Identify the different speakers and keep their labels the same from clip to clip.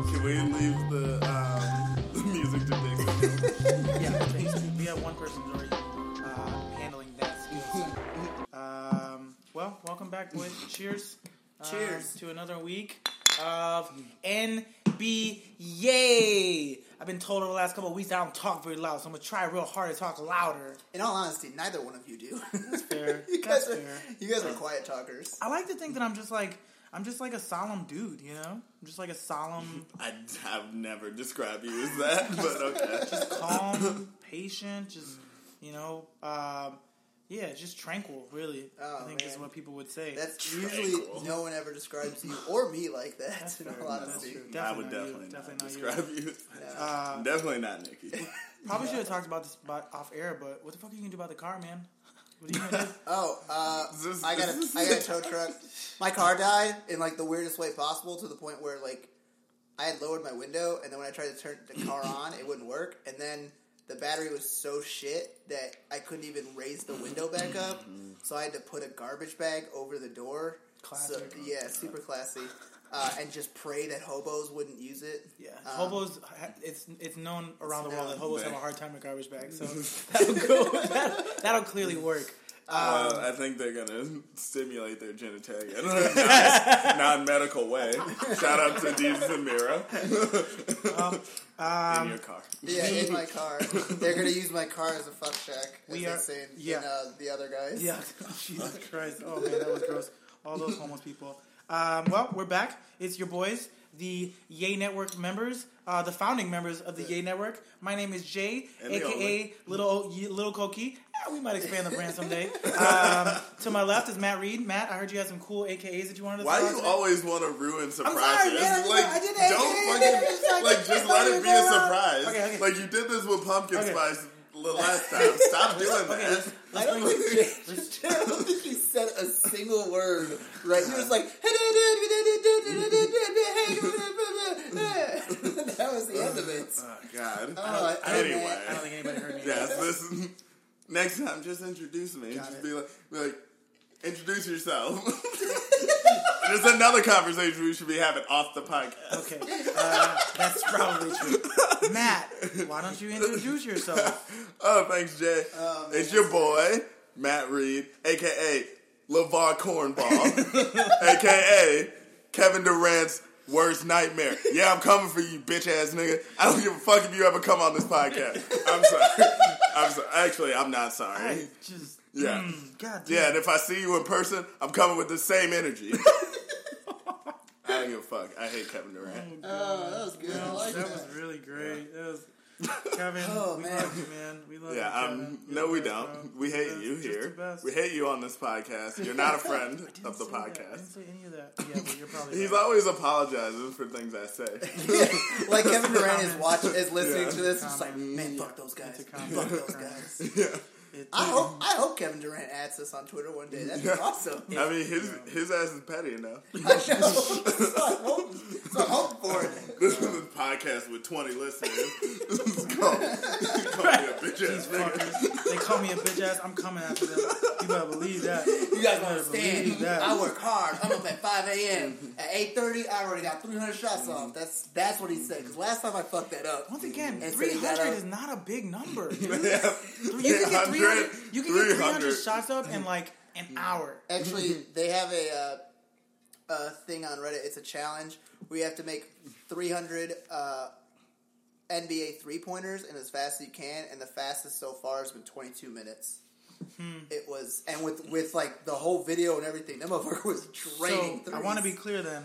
Speaker 1: leaves the, um, the music to Dixon.
Speaker 2: yeah, basically, we have one person already uh, handling that skill set. Um, well, welcome back, boys. Cheers. uh,
Speaker 3: Cheers.
Speaker 2: to another week of NBA. I've been told over the last couple of weeks that I don't talk very loud, so I'm gonna try real hard to talk louder.
Speaker 3: In all honesty, neither one of you do. That's
Speaker 2: fair.
Speaker 3: you guys
Speaker 2: That's
Speaker 3: are
Speaker 2: fair.
Speaker 3: you guys are quiet talkers.
Speaker 2: I like to think that I'm just like I'm just like a solemn dude, you know. I'm just like a solemn,
Speaker 1: I have never described you as that, but okay.
Speaker 2: calm, patient, just you know, um, yeah, just tranquil. Really,
Speaker 3: Oh,
Speaker 2: I think is
Speaker 3: man.
Speaker 2: what people would say.
Speaker 3: That's
Speaker 1: Tranquil.
Speaker 3: usually no one ever describes you or me like that.
Speaker 2: That's
Speaker 3: in
Speaker 2: fair.
Speaker 3: all
Speaker 2: That's
Speaker 3: honesty,
Speaker 2: true.
Speaker 1: I would
Speaker 2: Definitely
Speaker 1: definitely,
Speaker 2: not you.
Speaker 1: not
Speaker 2: Definitely not
Speaker 1: describe you.
Speaker 2: Uh,
Speaker 1: Definitely not Nikki.
Speaker 2: Probably should have talked about this about off air, but what the fuck are you gonna do about the car, man? What are you gonna do?
Speaker 3: Oh, uh,
Speaker 1: This-
Speaker 3: I got
Speaker 1: this
Speaker 3: a, I got a tow truck. My car died in like the weirdest way possible, to the point where like I had lowered my window, and then when I tried to turn the car on, it wouldn't work. And then the battery was so shit that I couldn't even raise the window back
Speaker 2: Mm-hmm.
Speaker 3: up, so I had to put a garbage bag over the door. So,
Speaker 2: Classic.
Speaker 3: yeah, super classy. Uh, and just pray that hobos wouldn't use it.
Speaker 2: Yeah,
Speaker 3: Um,
Speaker 2: hobos. ha- It's it's known around the world that
Speaker 3: known.
Speaker 2: hobos have a
Speaker 1: Yeah.
Speaker 2: hard time with garbage bags, so that'll go. That, that'll clearly work.
Speaker 3: um,
Speaker 1: well, I think they're gonna stimulate their genitalia in a non-medical way. Shout out to Deep Zamira. in your car.
Speaker 3: um, Yeah, in my car. They're gonna use my car as a fuck shack. As
Speaker 2: We
Speaker 3: they
Speaker 2: are-
Speaker 3: say in,
Speaker 2: yeah.
Speaker 3: in, uh, the other guys.
Speaker 2: Yeah, Jesus Christ. Oh man, that was gross. All those homeless people. Um, well, we're back. It's your boys, the Yay Network members, uh, the founding members of the Yay Network. My name is Jay,
Speaker 1: And the
Speaker 2: aka
Speaker 1: only.
Speaker 2: Little o- Ye- Little Cokie. Ah, we might expand the brand someday. Um, to my left is Matt Reed. Matt, I heard you had some cool AKAs that you wanted to.
Speaker 1: Why
Speaker 2: throw
Speaker 1: do
Speaker 2: out
Speaker 1: you
Speaker 2: there.
Speaker 1: always want to ruin surprises?
Speaker 2: man,
Speaker 1: like,
Speaker 2: I did- I did that.
Speaker 1: don't
Speaker 2: Yeah,
Speaker 1: fucking
Speaker 2: yeah, yeah, yeah.
Speaker 1: like
Speaker 2: It's
Speaker 1: just
Speaker 2: not
Speaker 1: let
Speaker 2: even
Speaker 1: it be a
Speaker 2: going on.
Speaker 1: surprise.
Speaker 2: Okay, okay.
Speaker 1: Like you did this with pumpkin
Speaker 2: Okay.
Speaker 1: spice the last time. Stop doing that.
Speaker 3: I don't think Jay, I don't think he said a single word. Right? He was like, that was the end of it.
Speaker 1: Oh God.
Speaker 2: Uh,
Speaker 3: Oh, I-
Speaker 1: anyway,
Speaker 2: I don't think anybody heard me.
Speaker 1: yes. This is- next time, just introduce me.
Speaker 3: Got
Speaker 1: just
Speaker 3: it.
Speaker 1: be like, be like, introduce yourself. There's another conversation we should be having off the podcast.
Speaker 2: Okay, uh, that's probably true. Matt, why don't you introduce yourself?
Speaker 1: Oh, thanks, Jay.
Speaker 2: Oh,
Speaker 1: it's your boy Matt Reed, aka LeVar Cornball, aka Kevin Durant's worst nightmare. Yeah, I'm coming for you, bitch ass nigga. I don't give a fuck if you ever come on this podcast. I'm sorry. I'm sorry. Actually, I'm not sorry.
Speaker 2: I just
Speaker 1: Yeah.
Speaker 2: mm, God damn.
Speaker 1: Yeah, and if I see you in person, I'm coming with the same energy. I don't give a fuck. I hate Kevin
Speaker 2: Mm,
Speaker 1: Durant.
Speaker 3: Oh, that was good. I like
Speaker 2: that
Speaker 3: that.
Speaker 2: was really great. That was Kevin.
Speaker 3: Oh,
Speaker 2: we
Speaker 3: man.
Speaker 2: love you, man. We love
Speaker 1: Yeah,
Speaker 2: you, Kevin.
Speaker 1: um,
Speaker 2: You're
Speaker 1: no,
Speaker 2: the
Speaker 1: we
Speaker 2: best,
Speaker 1: don't.
Speaker 2: bro.
Speaker 1: We hate
Speaker 2: You're
Speaker 1: you
Speaker 2: just the
Speaker 1: here.
Speaker 2: best.
Speaker 1: We hate you on this podcast. You're not a friend
Speaker 2: I didn't
Speaker 1: of the
Speaker 2: say that. I didn't
Speaker 1: podcast.
Speaker 2: say any of that. Yeah, but you're probably
Speaker 1: He's
Speaker 2: right.
Speaker 1: always apologizing for things I say.
Speaker 3: Like Kevin Durant is watching, is listening
Speaker 1: Yeah.
Speaker 3: to this, just like,
Speaker 2: Comment.
Speaker 3: man, fuck those guys,
Speaker 2: It's a
Speaker 3: fuck
Speaker 2: comment.
Speaker 3: those
Speaker 2: Comment.
Speaker 3: guys.
Speaker 2: It-
Speaker 3: I hope, I hope Kevin Durant adds this on Twitter one day. That'd be awesome.
Speaker 1: I mean, his his ass is petty enough.
Speaker 3: I know. So I hope, so I hope for it.
Speaker 1: This is a podcast with 20 listeners. It's called, it's called me a bitch ass
Speaker 2: These
Speaker 1: nigga.
Speaker 2: fuckers. They call me a bitch ass. I'm coming after them. You better believe that.
Speaker 3: You guys don't
Speaker 2: better believe
Speaker 3: understand.
Speaker 2: that.
Speaker 3: I work hard. I'm up at 5 a.m. At 8.30, I already got 300 shots off.
Speaker 2: Mm-hmm.
Speaker 3: That's that's what he said. Because last time I fucked that up.
Speaker 2: Once again,
Speaker 3: And so you
Speaker 2: 300
Speaker 3: gotta-
Speaker 2: is not a big number. dude.
Speaker 1: Yeah.
Speaker 2: You can get 300,
Speaker 1: 300,
Speaker 2: you can get 300
Speaker 1: 300.
Speaker 2: shots up in like an
Speaker 1: Mm.
Speaker 2: hour.
Speaker 3: Actually,
Speaker 2: Mm-hmm.
Speaker 3: they have a, uh, a thing on Reddit. It's a challenge where you have to make 300 uh, NBA three pointers in as fast as you can, and the fastest so far has been 22 minutes.
Speaker 2: Hmm.
Speaker 3: It was, and with with like the whole video and everything, that motherfucker was
Speaker 2: So
Speaker 3: draining.
Speaker 2: I
Speaker 3: threes.
Speaker 2: want to be clear then.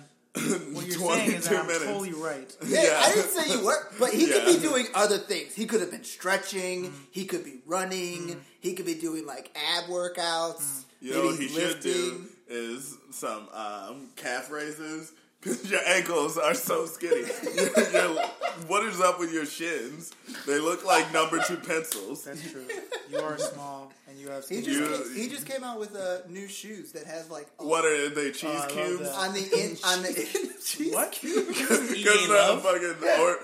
Speaker 2: What you're saying is that I'm totally right.
Speaker 3: Yeah, I didn't
Speaker 1: Yeah.
Speaker 3: say you were, but he could
Speaker 1: Yeah. Mm-hmm.
Speaker 3: be doing other things. He could have been stretching. He could be running. He could be doing like ab workouts.
Speaker 1: You know what
Speaker 3: maybe
Speaker 1: Mm-hmm. he
Speaker 3: he's
Speaker 1: should do is some um, calf raises because your ankles are so skinny. Your- your- what is up with your shins? They look like number two pencils.
Speaker 2: That's true. You are small and you have
Speaker 3: He
Speaker 2: skin.
Speaker 3: just
Speaker 1: You-
Speaker 3: came, he just came out with uh, new shoes that have like a-
Speaker 1: What are they? Cheese
Speaker 2: I love
Speaker 1: cubes?
Speaker 2: that.
Speaker 3: on the in on the in.
Speaker 2: What?
Speaker 1: Because the fucking or,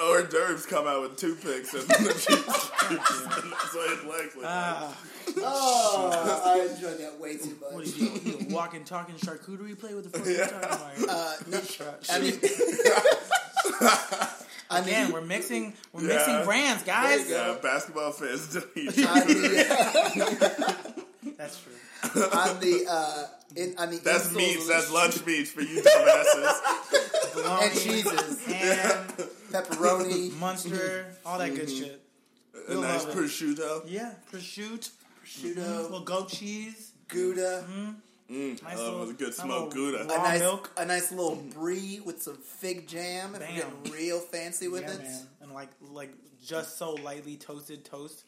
Speaker 1: hors d'oeuvres come out with two picks and the cheese cubes. That's what it looks like.
Speaker 2: Ah,
Speaker 1: Uh,
Speaker 3: Oh, I enjoyed that way too
Speaker 2: what
Speaker 3: much.
Speaker 2: is you, you a walking, talking charcuterie plate? What the fuck are you talking about?
Speaker 3: Uh, no,
Speaker 2: Trash.
Speaker 3: I mean, I
Speaker 2: Again,
Speaker 3: mean,
Speaker 2: we're mixing we're
Speaker 1: Yeah.
Speaker 2: mixing brands,
Speaker 3: There you
Speaker 2: guys.
Speaker 3: go.
Speaker 1: Yeah, basketball fans delete.
Speaker 3: on the,
Speaker 2: That's true.
Speaker 3: on the uh, in, on the
Speaker 1: That's
Speaker 3: insoles
Speaker 1: meats.
Speaker 3: of the
Speaker 1: That's lunch meats for you dumbasses.
Speaker 2: Bologna,
Speaker 3: And cheeses.
Speaker 2: ham,
Speaker 3: pepperoni.
Speaker 2: Munster, all that good shit.
Speaker 1: A
Speaker 2: You'll
Speaker 1: nice
Speaker 2: love it.
Speaker 1: prosciutto.
Speaker 2: Yeah, prosciutto,
Speaker 3: prosciutto,
Speaker 2: little goat cheese,
Speaker 3: um, gouda,
Speaker 2: nice
Speaker 1: Oh,
Speaker 2: little
Speaker 1: it was a good
Speaker 2: nice
Speaker 1: smoked
Speaker 2: little
Speaker 1: Gouda.
Speaker 3: a
Speaker 2: Raw
Speaker 3: nice
Speaker 2: milk,
Speaker 3: a nice little brie with some fig jam. If we're
Speaker 2: Bam.
Speaker 3: getting real fancy with
Speaker 2: yeah,
Speaker 3: it.
Speaker 2: man. and like like just so lightly toasted toast,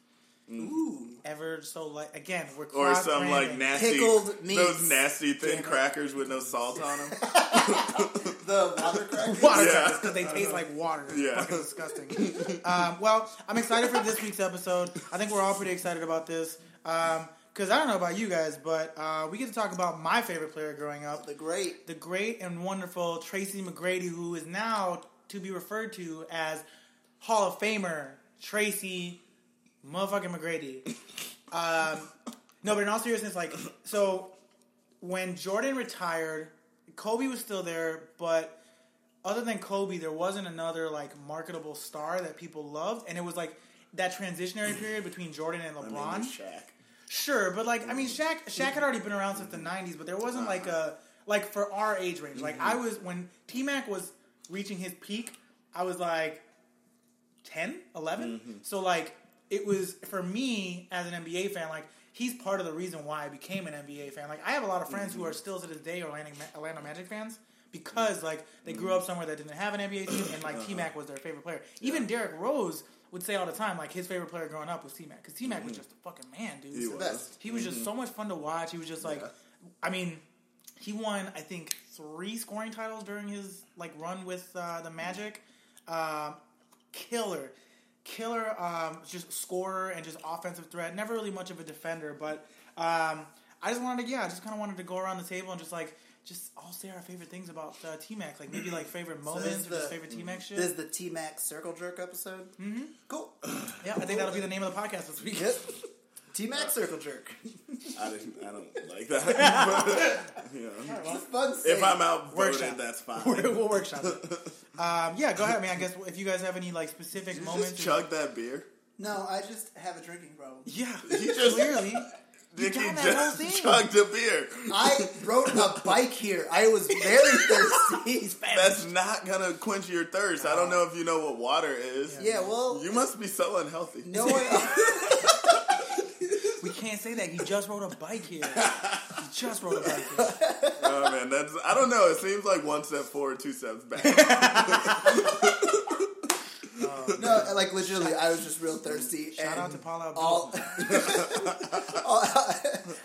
Speaker 1: Mm.
Speaker 3: Ooh,
Speaker 2: ever so light. Again, we're
Speaker 1: Or
Speaker 2: cross
Speaker 1: some like
Speaker 2: branding.
Speaker 1: nasty,
Speaker 3: Pickled
Speaker 1: those
Speaker 3: meats.
Speaker 1: nasty
Speaker 3: Damn
Speaker 1: thin
Speaker 3: it.
Speaker 1: crackers with no salt on them.
Speaker 3: the water crackers.
Speaker 2: water
Speaker 1: Yeah.
Speaker 2: because they taste like water.
Speaker 1: Yeah.
Speaker 2: Yeah, fucking disgusting. um, well, I'm excited for this week's episode. I think we're all pretty excited about this because I don't know about you guys, but uh, we get to talk about my favorite player growing up,
Speaker 3: the great.
Speaker 2: the great and wonderful Tracy McGrady, who is now to be referred to as Hall of Famer Tracy motherfucking McGrady. Um, no, but in all seriousness, like, so when Jordan retired, Kobe was still there, but other than Kobe, there wasn't another like marketable star that people loved, and it was like that transitionary period between Jordan and LeBron.
Speaker 1: I mean, Shaq.
Speaker 2: Sure, but like I mean,
Speaker 1: Mm.
Speaker 2: Shaq Shaq had already been around since the '90s, but there wasn't like
Speaker 1: Uh-huh.
Speaker 2: a like for our age range. Like
Speaker 1: Mm-hmm.
Speaker 2: I was when T Mac was reaching his peak, I was like 10, 11.
Speaker 1: Mm-hmm.
Speaker 2: So like it was for me as an NBA fan, like he's part of the reason why I became an NBA fan. Like I have a lot of friends
Speaker 1: Mm-hmm.
Speaker 2: who are still to this day Orlando, Ma- Orlando Magic fans because like they
Speaker 1: Mm-hmm.
Speaker 2: grew up somewhere that didn't have an NBA team, and like
Speaker 1: Uh-huh.
Speaker 2: T Mac was their favorite player. Even Derrick Rose would say all the time, like his favorite player growing up was T Mac because T Mac was just a fucking man, dude.
Speaker 1: Mm-hmm. He
Speaker 2: So-
Speaker 1: was.
Speaker 3: Best.
Speaker 2: he was just so
Speaker 3: Mm-hmm.
Speaker 2: much fun to watch. He was just like, I mean, he won I think three scoring titles during his like run with uh, the Magic. Um killer, killer, um, just scorer and just offensive threat. Never really much of a defender, but um, I just wanted to yeah, I just kind of wanted to go around the table and just like. Just all say our favorite things about uh, T Mac, like maybe like favorite moments
Speaker 3: is
Speaker 2: or just
Speaker 3: the- Mm-hmm.
Speaker 2: favorite T Mac shit.
Speaker 3: This is the T Mac Circle Jerk episode. Mm-hmm. Cool.
Speaker 2: yeah, I think that'll be the name of the podcast this week.
Speaker 3: Yep. T Mac Circle Jerk.
Speaker 1: I, didn't, I don't like that. But, you know.
Speaker 3: It's a fun.
Speaker 1: If
Speaker 3: saying.
Speaker 1: I'm outvoted,
Speaker 2: Workshop.
Speaker 1: that's fine.
Speaker 2: we'll workshop it. Um, yeah, go ahead. I mean, I guess if you guys have any like specific
Speaker 1: Did you
Speaker 2: moments,
Speaker 1: just chug that beer?
Speaker 3: no, I just have a drinking problem.
Speaker 2: yeah,
Speaker 1: He just-
Speaker 2: clearly.
Speaker 1: Did he
Speaker 2: down that
Speaker 1: just
Speaker 2: whole thing.
Speaker 1: chugged a beer?
Speaker 3: I rode a bike here. I was very thirsty.
Speaker 1: That's not gonna quench your thirst. I don't know if you know what water is.
Speaker 3: yeah. Well,
Speaker 1: You must be so unhealthy.
Speaker 3: no one.
Speaker 2: We can't say that. He just rode a bike here. He just rode a bike here.
Speaker 1: Oh man, that's I don't know. It seems like one step forward, two steps back.
Speaker 3: No, like legitimately, I was just real thirsty.
Speaker 2: Shout
Speaker 3: and
Speaker 2: out to Paula Abdul.
Speaker 3: all. all-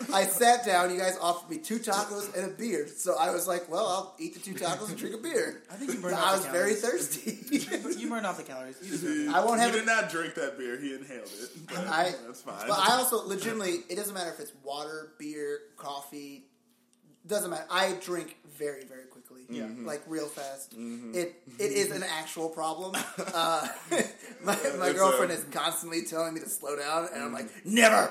Speaker 3: I sat down. You guys offered me two tacos and a beer, so I was like, "Well, I'll eat the two tacos and drink a beer."
Speaker 2: I think you burned
Speaker 3: I
Speaker 2: off
Speaker 3: was
Speaker 2: the
Speaker 3: very
Speaker 2: calories.
Speaker 3: thirsty.
Speaker 2: You burned off the calories. You deserve it.
Speaker 1: He-
Speaker 3: I won't have
Speaker 1: He
Speaker 3: it-
Speaker 1: did not drink that beer. He inhaled it. But
Speaker 3: I-
Speaker 1: that's fine.
Speaker 3: But I also legitimately, it doesn't matter if it's water, beer, coffee. Doesn't matter. I drink very, very quickly. Yeah, like real fast. It it is an actual problem. Uh, my my
Speaker 1: It's
Speaker 3: girlfriend
Speaker 1: a-
Speaker 3: is constantly telling me to slow down, and I'm like, never.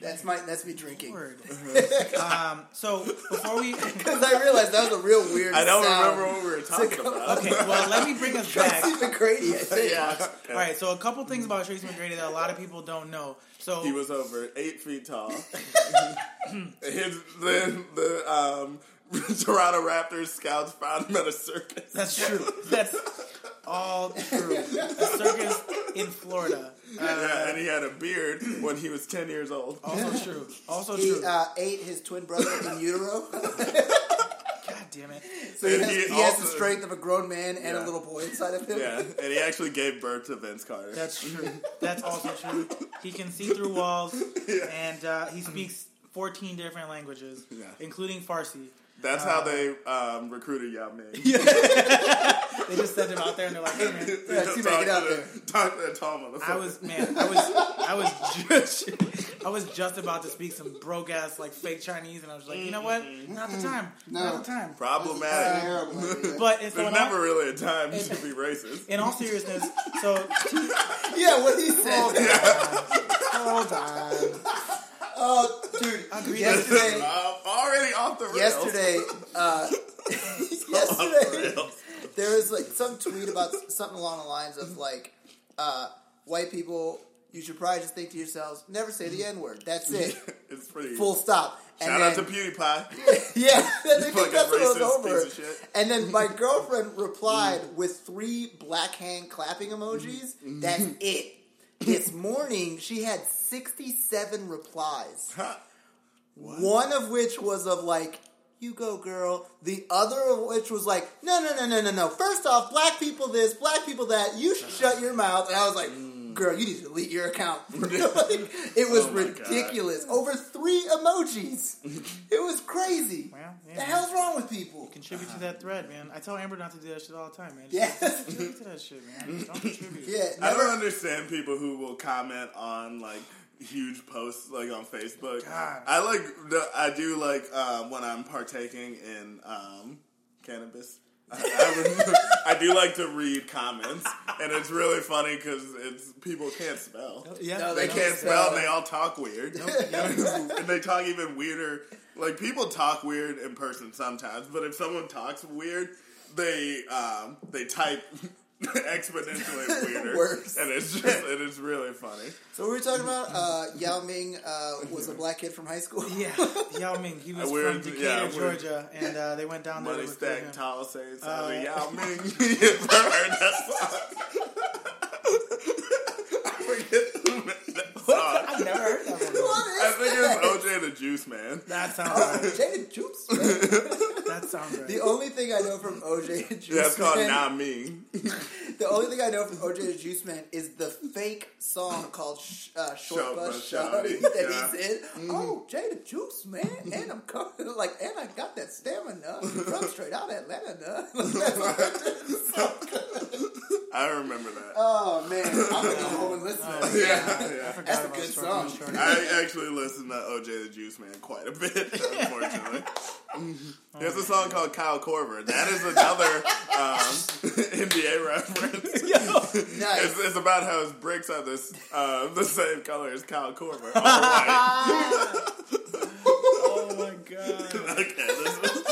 Speaker 3: That's my that's me drinking
Speaker 2: Word.
Speaker 1: Uh-huh.
Speaker 2: um, so before we, okay,
Speaker 3: because I realized that was a real weird.
Speaker 1: I don't
Speaker 3: sound.
Speaker 1: remember what we were talking about.
Speaker 2: well, let me bring us back.
Speaker 3: Tracy McGrady. I think.
Speaker 1: yeah.
Speaker 2: All right, so a couple things about Tracy McGrady that a lot of people don't know. So
Speaker 1: He was over eight feet tall. His, then the um, Toronto Raptors scouts found him at a circus.
Speaker 2: That's true. That's all true. A circus in Florida.
Speaker 1: yeah, and he had a beard when he was ten years old.
Speaker 2: Also true. Also
Speaker 3: He
Speaker 2: true.
Speaker 3: uh, ate his twin brother in utero,
Speaker 2: God damn it.
Speaker 3: so he
Speaker 1: And
Speaker 3: has,
Speaker 1: he
Speaker 3: he has the
Speaker 1: also-
Speaker 3: strength of a grown man and
Speaker 1: Yeah.
Speaker 3: a little boy inside of him.
Speaker 1: Yeah, and he actually gave birth to Vince Carter.
Speaker 2: That's true. That's also true. He can see through walls, and uh, he speaks 14 different languages,
Speaker 1: Yeah.
Speaker 2: including Farsi.
Speaker 1: That's how they um, recruited Yao Ming.
Speaker 2: They just sent him out there, and they're like, "Hey, man."
Speaker 3: Yeah, you make it out there.
Speaker 1: Talk to that tall motherfucker.
Speaker 2: I was man. I was I was just I was just about to speak some broke ass like fake Chinese, and I was like, you know what? Not the time.
Speaker 3: Mm-hmm. No.
Speaker 2: Not the time.
Speaker 3: Uh,
Speaker 1: problematic.
Speaker 3: Terrible idea.
Speaker 2: But it's
Speaker 1: There's never really a time to be racist.
Speaker 2: in all seriousness. So
Speaker 3: Yeah, what he said.
Speaker 2: hold on.
Speaker 3: Oh, dude.
Speaker 2: Agreed.
Speaker 1: I'm
Speaker 3: Yesterday,
Speaker 1: Uh, already off the rails.
Speaker 3: yesterday, uh,
Speaker 1: Off the
Speaker 3: yesterday,
Speaker 1: rails.
Speaker 3: there was like some tweet about something along the lines of like, uh, white people. You should probably just think to yourselves, never say the N word. That's it.
Speaker 1: it's pretty.
Speaker 3: Full stop. And
Speaker 1: Shout out to
Speaker 3: then-
Speaker 1: PewDiePie.
Speaker 3: yeah, I think
Speaker 1: fucking
Speaker 3: that's what was
Speaker 1: racist
Speaker 3: over.
Speaker 1: piece of shit.
Speaker 3: And then my girlfriend replied with three black hand clapping emojis.
Speaker 1: Mm-hmm.
Speaker 3: That's it. This morning, she had 67 replies, one of which was of like, you go, girl. The other of which was like, no, no, no, no, no, no. First off, black people this, black people that. You should
Speaker 1: Uh-huh.
Speaker 3: shut your mouth. And I was like, girl, you need to delete your account. Like, it was
Speaker 1: Mm. Oh my God.
Speaker 3: ridiculous. Over three emojis. It was crazy.
Speaker 2: Well, yeah,
Speaker 3: The
Speaker 2: man.
Speaker 3: hell's wrong with people?
Speaker 2: Contribute to that thread, man. I tell Amber not to do that shit all the time, man. Just
Speaker 3: Yeah,
Speaker 2: Contribute to that shit, man. Just don't contribute.
Speaker 3: yeah.
Speaker 1: I
Speaker 3: never-
Speaker 1: don't understand people who will comment on like huge posts like on Facebook.
Speaker 2: God.
Speaker 1: I like the I do like um, when I'm partaking in um, cannabis. I, I, I do like to read comments, and it's really funny because it's people can't spell.
Speaker 2: Yeah,
Speaker 3: No,
Speaker 1: They
Speaker 3: don't
Speaker 1: can't
Speaker 3: spell.
Speaker 1: spell, and they all talk weird, and they talk even weirder. Like people talk weird in person sometimes, but if someone talks weird, they um, they type exponentially weirder,
Speaker 3: Worse.
Speaker 1: and it's just and it's really funny.
Speaker 3: So we were talking about uh, Yao Ming uh, was a black kid from high school.
Speaker 2: Yeah, Yao Ming. He was
Speaker 1: I wear-
Speaker 2: from Decatur,
Speaker 1: yeah, I wear-
Speaker 2: Georgia, and uh, they went down there. to
Speaker 1: Money
Speaker 2: recruit him.
Speaker 1: stack tall says uh,
Speaker 2: Uh,
Speaker 1: Yao Ming. You ever heard that song? I forget who made that song.
Speaker 2: I've never heard that one.
Speaker 3: What
Speaker 1: I
Speaker 3: is
Speaker 1: think it's OJ the Juice Man.
Speaker 2: That sounds right.
Speaker 3: Jaden Jukes. man.
Speaker 2: That sounds right.
Speaker 3: The only thing I know from OJ the Juice
Speaker 1: Yeah, it's called
Speaker 3: Man,
Speaker 1: Not Me.
Speaker 3: the only thing I know from OJ the Juice Man is the fake song called Sh- uh, "Short
Speaker 1: Short
Speaker 3: Bus
Speaker 1: Bus
Speaker 3: Shawty"
Speaker 1: Shawty,
Speaker 3: that
Speaker 1: yeah.
Speaker 3: he said. Oh, Jada Juice Man, and I'm coming like, and I got that stamina from straight out Atlanta.
Speaker 1: I remember that.
Speaker 3: oh man, I'm gonna go home and listen. to that.
Speaker 1: yeah, yeah.
Speaker 2: Forgot
Speaker 3: That's a
Speaker 2: about
Speaker 3: good
Speaker 2: Short
Speaker 3: song.
Speaker 2: Bus Short.
Speaker 1: I actually listen to OJ the Juice Man quite a bit, unfortunately. There's a song called Kyle Corver. That is another um, NBA reference.
Speaker 3: Nice.
Speaker 1: It's, it's about how his bricks are this uh, the same color as Kyle Corver. All white.
Speaker 2: Oh my god.
Speaker 1: okay, this is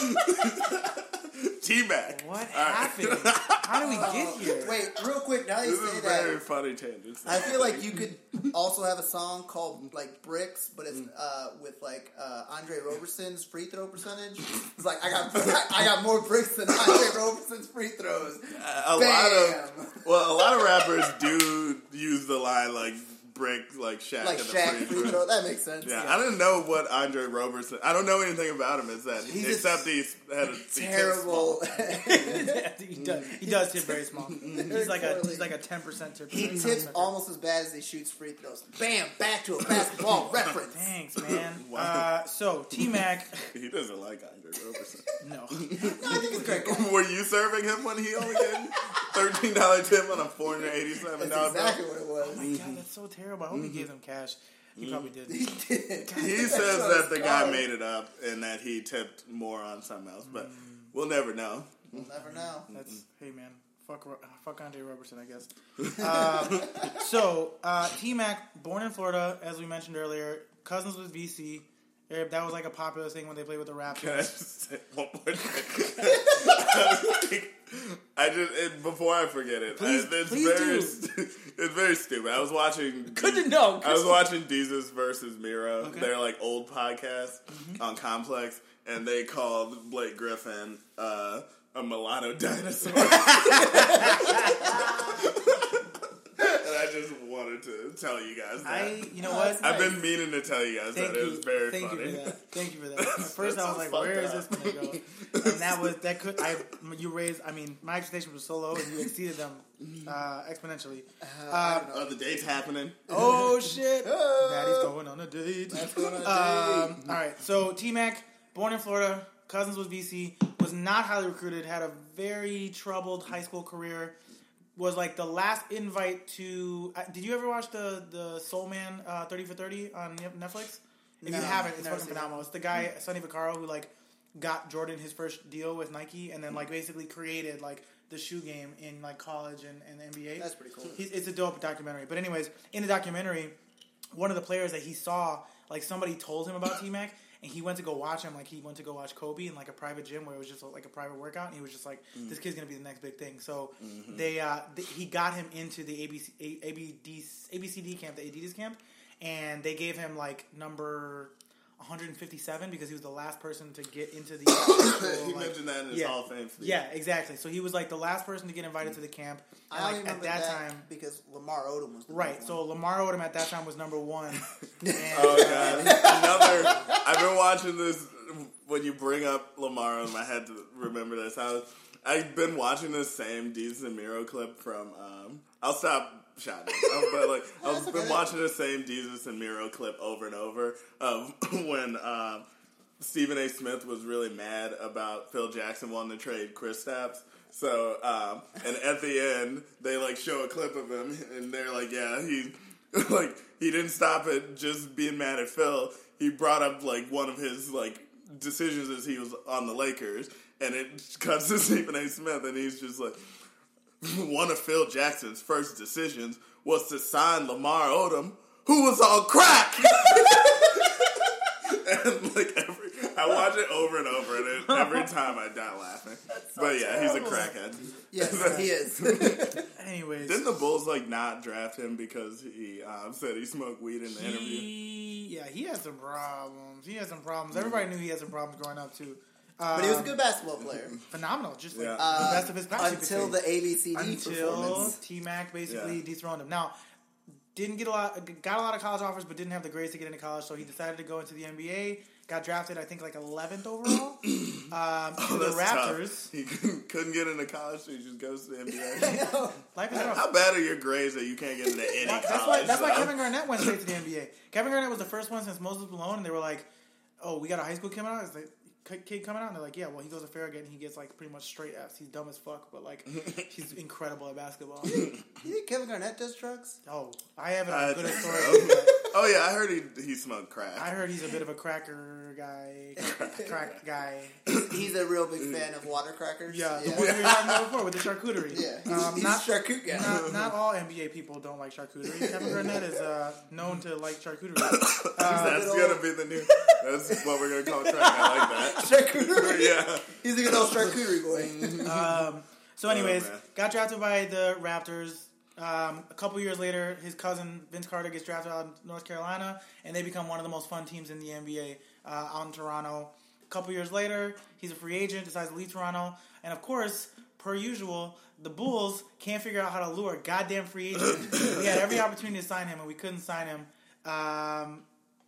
Speaker 1: T Mac.
Speaker 2: What happened? How did we get here?
Speaker 3: Wait, real quick. Now you
Speaker 1: This
Speaker 3: say
Speaker 1: is
Speaker 3: that,
Speaker 1: very funny tangents.
Speaker 3: I feel like you could also have a song called like "Bricks," but it's
Speaker 1: Mm.
Speaker 3: uh, with like uh, Andre Roberson's free throw percentage. It's like I got I got more bricks than Andre Roberson's free throws.
Speaker 1: a lot
Speaker 3: Bam.
Speaker 1: of well, a lot of rappers do use the line like brick like Shaq
Speaker 3: Like
Speaker 1: in the
Speaker 3: Shaq free
Speaker 1: throw.
Speaker 3: throw. That makes sense.
Speaker 1: Yeah, I didn't know what Andre Roberson. I don't know anything about him. Is that
Speaker 3: He's
Speaker 1: except
Speaker 3: a-
Speaker 1: he's had a he takes small-
Speaker 3: Terrible.
Speaker 2: he does. He does tip very small. He's like a he's like a ten percent tip.
Speaker 3: he tips almost as bad as he shoots free throws. Bam! Back to a basketball reference.
Speaker 2: Thanks, man.
Speaker 1: Wow.
Speaker 2: Uh, so T Mac,
Speaker 1: He doesn't like Andre Roberson.
Speaker 2: no,
Speaker 3: No, I think it's great. guy.
Speaker 1: Were you serving him when he only gave thirteen dollar tip on a four hundred eighty
Speaker 3: That's
Speaker 1: seven dollar
Speaker 3: exactly what it was.
Speaker 1: Mm-hmm.
Speaker 2: God, that's so terrible. I hope he gave them cash. He probably did.
Speaker 3: He did.
Speaker 1: bill? He says that the guy made it up and that he tipped more on something else, but
Speaker 3: Mm.
Speaker 1: we'll never know.
Speaker 3: We'll never know.
Speaker 2: That's hey man, fuck Ro- fuck Andre Robertson, I guess. Um, so uh, T Mac, born in Florida, as we mentioned earlier, cousins with VC. Arab, That was like a popular thing when they played with the
Speaker 1: Can I
Speaker 2: Raptors.
Speaker 1: just say one more thing? I just it, before I forget it.
Speaker 2: Please-
Speaker 1: I, it's
Speaker 2: please
Speaker 1: very
Speaker 2: do.
Speaker 1: stu- it's very stupid. I was watching.
Speaker 2: Good to know,
Speaker 1: I was
Speaker 2: Chris.
Speaker 1: watching Jesus versus Miro.
Speaker 2: Okay. Mm-hmm.
Speaker 1: They're like old podcasts on Complex, and they called Blake Griffin uh, a mulatto dinosaur. and I just wanted to tell you guys that.
Speaker 2: I, you know what?
Speaker 1: I've been meaning to tell you guys
Speaker 2: Thank
Speaker 1: that. It
Speaker 2: you,
Speaker 1: was very
Speaker 2: thank
Speaker 1: funny.
Speaker 2: you for that. Thank you for that. At first, I
Speaker 1: that's so
Speaker 2: was like,
Speaker 1: fucked
Speaker 2: "Where is
Speaker 1: up.
Speaker 2: this going to go?" And that was that could I you raised. I mean, my expectations were so low, and you exceeded them
Speaker 1: Mm-hmm.
Speaker 2: uh, exponentially. Uh,
Speaker 1: Oh, the date's happening.
Speaker 2: oh shit! Daddy's going on a date.
Speaker 3: Going on a
Speaker 1: Uh,
Speaker 2: Um, all right. So T Mac, born in Florida, cousins with VC, was not highly recruited. Had a very troubled high school career. Was like the last invite to. Uh, did you ever watch the the Soul Man uh, Thirty for Thirty on Nef- Netflix? If
Speaker 3: No,
Speaker 2: you haven't, it's
Speaker 3: never
Speaker 2: fucking
Speaker 3: seen it. Mm.
Speaker 2: phenomenal. It's the guy Sonny Vaccaro who like got Jordan his first deal with Nike, and then like basically created like the shoe game in like college and, and the NBA.
Speaker 3: That's pretty cool.
Speaker 2: He's, it's a dope documentary. But anyways, in the documentary, one of the players that he saw, like somebody told him about T Mac, and he went to go watch him like he went to go watch Kobe in like a private gym where it was just like a private workout and he was just like
Speaker 3: Mm-hmm.
Speaker 2: this kid's gonna be the next big thing so they uh th- he got him into the ABC A- ABD ABCD camp the Adidas camp and they gave him like number 157 because he was the last person to get into the actual,
Speaker 1: he
Speaker 2: like-
Speaker 1: mentioned that in his
Speaker 2: yeah.
Speaker 1: Hall of Fame speech.
Speaker 2: yeah, exactly. So he was like the last person to get invited to the camp.
Speaker 3: I only
Speaker 2: And, like at
Speaker 3: remember
Speaker 2: that,
Speaker 3: that
Speaker 2: time,
Speaker 3: because Lamar Odom was the
Speaker 2: right?
Speaker 3: big
Speaker 2: So
Speaker 3: one.
Speaker 2: Lamar Odom at that time was number one. And,
Speaker 1: Oh god, another. I've been watching this. When you bring up Lamar, Odom, I had to remember this. I was, I've been watching the same Deez Miro clip from. Um, I'll stop shouting, uh, but like I've
Speaker 3: That's
Speaker 1: been
Speaker 3: okay.
Speaker 1: watching the same Deez Miro clip over and over of when. Um, Stephen A. Smith was really mad about Phil Jackson wanting to trade Chris Stapps. So, um, and at the end, they like show a clip of him, and they're like, "Yeah, he like he didn't stop at just being mad at Phil. He brought up like one of his like decisions as he was on the Lakers, and it cuts to Stephen A. Smith, and he's just like." one of Phil Jackson's first decisions was to sign Lamar Odom, who was on crack. and like every, I watch it over and over, and it, every time I die laughing. But yeah, he's a crackhead.
Speaker 3: yes, he is.
Speaker 2: Um, anyways,
Speaker 1: Didn't the Bulls like not draft him because he um, said he smoked weed in the interview?
Speaker 2: he, yeah, he has some problems. He has some problems. Everybody knew he had some problems growing up too. Uh,
Speaker 3: but he was a good basketball player Uh,
Speaker 2: phenomenal, just like
Speaker 1: Yeah.
Speaker 2: the best of his past. you could
Speaker 3: until
Speaker 2: say.
Speaker 3: the ABCD
Speaker 2: until
Speaker 3: performance.
Speaker 2: T Mac basically
Speaker 1: Yeah.
Speaker 2: dethroned him. Now, didn't get a lot, got a lot of college offers, but didn't have the grades to get into college, so he decided to go into the NBA. Got drafted, I think, like 11th overall um, to the
Speaker 1: Oh, That's tough.
Speaker 2: Raptors.
Speaker 1: He couldn't couldn't get into college, so he just goes to the NBA.
Speaker 2: Life is rough.
Speaker 1: How bad are your grades that you can't get into any college?
Speaker 2: That's why. That's why
Speaker 1: though?
Speaker 2: Kevin Garnett went straight to the NBA. Kevin Garnett was the first one since Moses Malone, and they were like, "Oh, we got a high school coming out. Is the k- kid coming out?" And they're like, "Yeah, well, he goes to Farragut, and he gets like pretty much straight Fs. He's dumb as fuck, but like, he's incredible at basketball."
Speaker 3: You think Kevin Garnett does drugs?
Speaker 2: oh, I have
Speaker 1: I
Speaker 2: a good
Speaker 1: think
Speaker 2: story.
Speaker 1: so.
Speaker 2: but-
Speaker 1: Oh yeah, I heard he he smoked crack.
Speaker 2: I heard he's a bit of a cracker guy. crack guy.
Speaker 3: He's a real big fan of water crackers.
Speaker 2: Mm. Yeah, the
Speaker 3: yeah.
Speaker 2: one we were talking about before with the charcuterie.
Speaker 3: Yeah. He's,
Speaker 2: Um,
Speaker 3: he's
Speaker 2: not,
Speaker 3: charcuterie guy.
Speaker 2: not, not all NBA people don't like charcuterie. Kevin Garnett is uh, known to like charcuterie.
Speaker 1: That's
Speaker 3: good
Speaker 1: gonna
Speaker 3: old-
Speaker 1: be the new. That's what we're gonna call track. I like that.
Speaker 3: charcuterie.
Speaker 1: Yeah.
Speaker 3: He's a good old charcuterie
Speaker 2: Mm-hmm.
Speaker 3: boy.
Speaker 2: Um, So, anyways,
Speaker 1: Oh, man.
Speaker 2: got drafted by the Raptors. Um, a couple years later, his cousin Vince Carter gets drafted out of North Carolina, and they become one of the most fun teams in the NBA uh, out in Toronto. A couple years later, he's a free agent, decides to leave Toronto, and of course, per usual, the Bulls can't figure out how to lure a goddamn free agent. we had every opportunity to sign him, and we couldn't sign him. Um,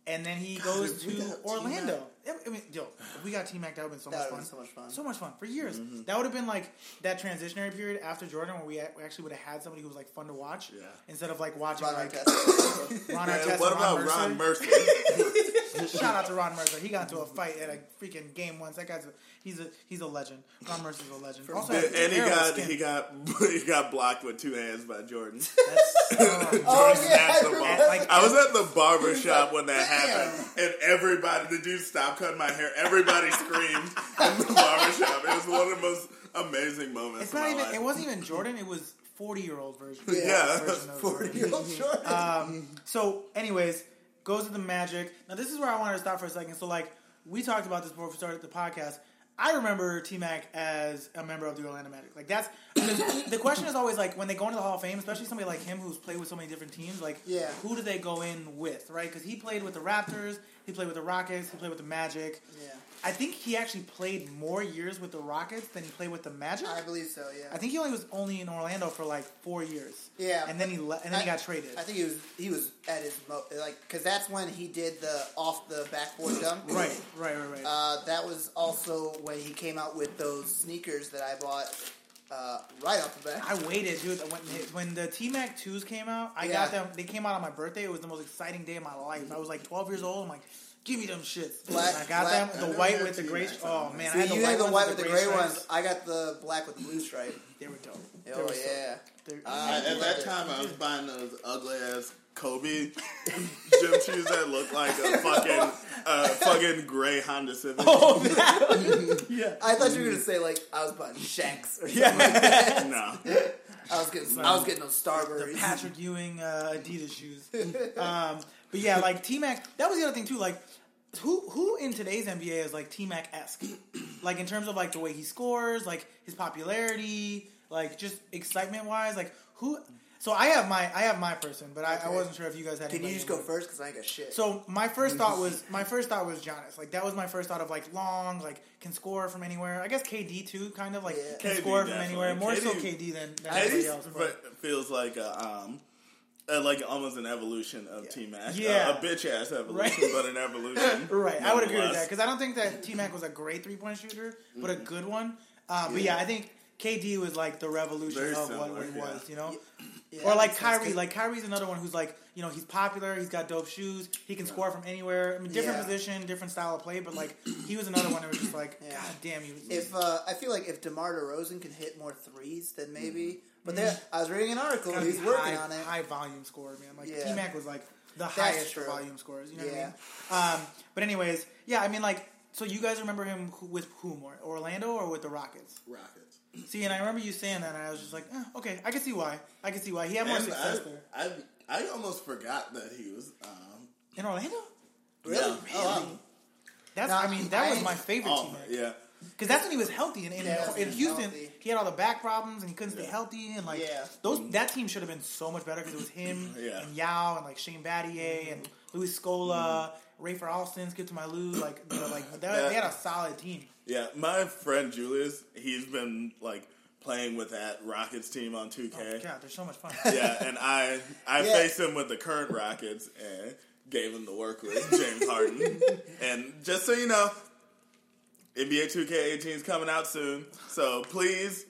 Speaker 2: and then he goes
Speaker 3: if we
Speaker 2: to
Speaker 3: got
Speaker 2: Orlando. I mean, yo, if we got T Mac, that would have been so
Speaker 3: That
Speaker 2: much
Speaker 3: would've
Speaker 2: fun.
Speaker 3: been so much fun.
Speaker 2: So much fun for years.
Speaker 1: Mm-hmm.
Speaker 2: That would have been like that transitionary period after Jordan, where we a- we actually would have had somebody who was like fun to watch
Speaker 1: Yeah.
Speaker 2: instead of like watching
Speaker 3: Ron
Speaker 2: like
Speaker 3: Artest.
Speaker 2: Ron
Speaker 1: And
Speaker 2: Artest.
Speaker 1: what
Speaker 2: and
Speaker 1: about
Speaker 2: Ron
Speaker 1: Ron
Speaker 2: Mercer.
Speaker 1: Mercer?
Speaker 2: Shout out to Ron Mercer. He got into a fight at a freaking game once. That guy's a, he's a he's a legend. Ron Mercer's a legend. Also, has
Speaker 1: and he
Speaker 2: terrible
Speaker 1: got
Speaker 2: skin.
Speaker 1: he got he got blocked with two hands by Jordan.
Speaker 2: That's- oh,
Speaker 3: oh yeah, I
Speaker 1: Snatched the ball.
Speaker 3: remember.
Speaker 2: Like-
Speaker 1: I was at the barber shop when that
Speaker 3: "Damn."
Speaker 1: happened, and everybody, the dude stopped cutting my hair. Everybody screamed in the barber shop. It was one of the most amazing moments.
Speaker 2: it's
Speaker 1: of
Speaker 2: not
Speaker 1: my
Speaker 2: even.
Speaker 1: life.
Speaker 2: It wasn't even Jordan. It was forty year old version.
Speaker 1: Yeah.
Speaker 2: version of Jordan.
Speaker 3: Forty-year-old Jordan.
Speaker 2: So, anyways, goes to the Magic. Now, this is where I wanted to stop for a second. So, like, we talked about this before we started the podcast. I remember T Mac as a member of the Orlando Magic. Like, that's the, the question is always like when they go into the Hall of Fame, especially somebody like him who's played with so many different teams. Like,
Speaker 3: Yeah.
Speaker 2: who do they go in with, right? Because he played with the Raptors, he played with the Rockets, he played with the Magic.
Speaker 3: yeah,
Speaker 2: I think he actually played more years with the Rockets than he played with the Magic.
Speaker 3: I believe so. Yeah,
Speaker 2: I think he only was only in Orlando for like four years.
Speaker 3: Yeah.
Speaker 2: and then he le- and then he got traded.
Speaker 3: I think he was he was at his mo- like because that's when he did the off the backboard dunk.
Speaker 2: right, right, right, right.
Speaker 3: Uh, that was also when he came out with those sneakers that I bought uh, right off the bat.
Speaker 2: I waited, dude. When, when the T Mac twos came out, I
Speaker 3: Yeah.
Speaker 2: got them. They came out on my birthday. It was the most exciting day of my life. I was like 12 years old. I'm like, give me them shits.
Speaker 3: Black-
Speaker 2: and I got
Speaker 3: black-
Speaker 2: them.
Speaker 1: I
Speaker 2: The
Speaker 1: never
Speaker 2: white
Speaker 1: had
Speaker 2: with the gray.
Speaker 1: T-Macs.
Speaker 2: Oh man,
Speaker 3: See,
Speaker 2: I had
Speaker 3: you had the white with the gray
Speaker 2: stripes.
Speaker 3: ones. I got the black with the blue stripe.
Speaker 2: They were dope. They
Speaker 3: Oh
Speaker 2: were so-
Speaker 3: yeah,
Speaker 2: they-
Speaker 3: Uh,
Speaker 1: At that time, I was buying those ugly ass Kobe gym shoes that looked like a fucking, uh, fucking gray Honda Civic.
Speaker 2: oh man. yeah.
Speaker 3: I thought you were gonna say like I was buying Shanks or something.
Speaker 1: No,
Speaker 3: I was getting I was getting those Starburys.
Speaker 2: Patrick Ewing uh, Adidas shoes. Um, but yeah, like T Mac. That was the other thing too. Like who who in today's NBA is like T Mac esque, like in terms of like the way he scores, like his popularity, like just excitement wise, like who. So I have my I have my person, but I, I
Speaker 3: Okay.
Speaker 2: wasn't sure if you guys had.
Speaker 3: Can you
Speaker 2: anybody
Speaker 3: just
Speaker 2: in
Speaker 3: go
Speaker 2: mind.
Speaker 3: first? Because I ain't got shit.
Speaker 2: So my first thought was my first thought was Giannis. Like that was my first thought of like long, like can score from anywhere. I guess KD too, kind of like
Speaker 3: Yeah.
Speaker 2: can
Speaker 1: KD
Speaker 2: score from
Speaker 4: definitely.
Speaker 2: anywhere. More so
Speaker 1: KD
Speaker 2: KD than, than
Speaker 1: Eddie's
Speaker 2: anybody else. but-
Speaker 1: fe- feels like a, um, uh, like almost an evolution of T Mac.
Speaker 2: Yeah.
Speaker 1: a bitch ass evolution,
Speaker 2: Right.
Speaker 1: but an evolution.
Speaker 2: Right, I would agree with that
Speaker 1: nonetheless. Mm-hmm.
Speaker 2: because I don't think that T Mac was a great three point shooter, but a good one. Uh, But yeah, I think KD was like the revolution
Speaker 1: Very
Speaker 2: of what
Speaker 1: similar,
Speaker 2: it
Speaker 1: yeah.
Speaker 2: was, you know.
Speaker 3: Yeah,
Speaker 2: or
Speaker 3: that
Speaker 2: like
Speaker 3: makes sense,
Speaker 2: Kyrie,
Speaker 3: 'cause-
Speaker 2: like Kyrie's another one who's like, you know, he's popular, he's got dope shoes, he can score from anywhere. I mean, different
Speaker 3: Yeah.
Speaker 2: position, different style of play, but like he was another one that was just like,
Speaker 3: Yeah.
Speaker 2: God damn, he was
Speaker 3: If uh, I feel like if Demar Derozan can hit more threes, then maybe. But there, I was reading an article.
Speaker 2: Mm-hmm. gotta
Speaker 3: He's
Speaker 2: be
Speaker 3: working
Speaker 2: high,
Speaker 3: on it.
Speaker 2: High volume scorer, man. Like
Speaker 3: Yeah.
Speaker 2: T Mac was like the highest
Speaker 3: true.
Speaker 2: volume scorers. You know
Speaker 3: Yeah.
Speaker 2: what I mean? Um, but anyways, yeah, I mean like. So you guys remember him who- with who more, Orlando or with the Rockets?
Speaker 4: Rockets.
Speaker 2: See, and I remember you saying that, and I was just like, eh, okay, I can see why. I can see why he had more
Speaker 4: And
Speaker 2: success there
Speaker 4: I, I, I almost forgot that he was. Um,
Speaker 2: in Orlando.
Speaker 3: Really?
Speaker 4: Yeah.
Speaker 3: Oh, wow.
Speaker 2: That's
Speaker 3: No,
Speaker 2: I mean that was
Speaker 3: I-
Speaker 2: my favorite
Speaker 4: oh,
Speaker 2: team
Speaker 1: yeah.
Speaker 2: because that's when he was healthy and in,
Speaker 3: Yeah,
Speaker 2: in
Speaker 3: when he was
Speaker 2: Houston
Speaker 3: healthy.
Speaker 2: he had all the back problems and he couldn't stay
Speaker 4: Yeah.
Speaker 2: healthy and like
Speaker 3: Yeah.
Speaker 2: those that team should have been so much better because it was him
Speaker 4: Yeah.
Speaker 2: and Yao and like Shane Battier and Luis Scola, Rafer Alston, Skip to my Lou like you know, like that,
Speaker 4: That-
Speaker 2: they had a solid team.
Speaker 1: Yeah, my friend Julius, he's been like playing with that Rockets team on 2K.
Speaker 2: Oh, God, they're so much fun.
Speaker 1: yeah, and I I
Speaker 3: Yeah.
Speaker 1: faced him with the current Rockets and gave him the work with James Harden. and just so you know, NBA 2K18 is coming out soon, so please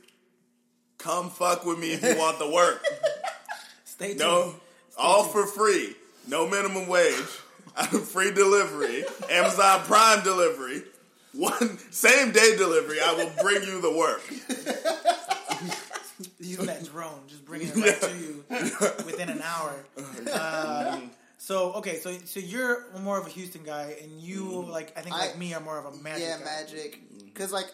Speaker 1: come fuck with me if you want the work.
Speaker 2: Stay tuned.
Speaker 1: No, all for free, no minimum wage, free delivery, Amazon Prime delivery. One same day delivery, I will bring you the work.
Speaker 2: using that drone, just bringing it right to you within an hour.
Speaker 3: Oh,
Speaker 2: Uh, so okay, so so you're more of a Houston guy, and you like I think
Speaker 3: Mm. I-
Speaker 2: like me are more of a Magic.
Speaker 3: yeah,
Speaker 2: guy.
Speaker 3: magic.
Speaker 1: Mm-hmm.
Speaker 3: Because like,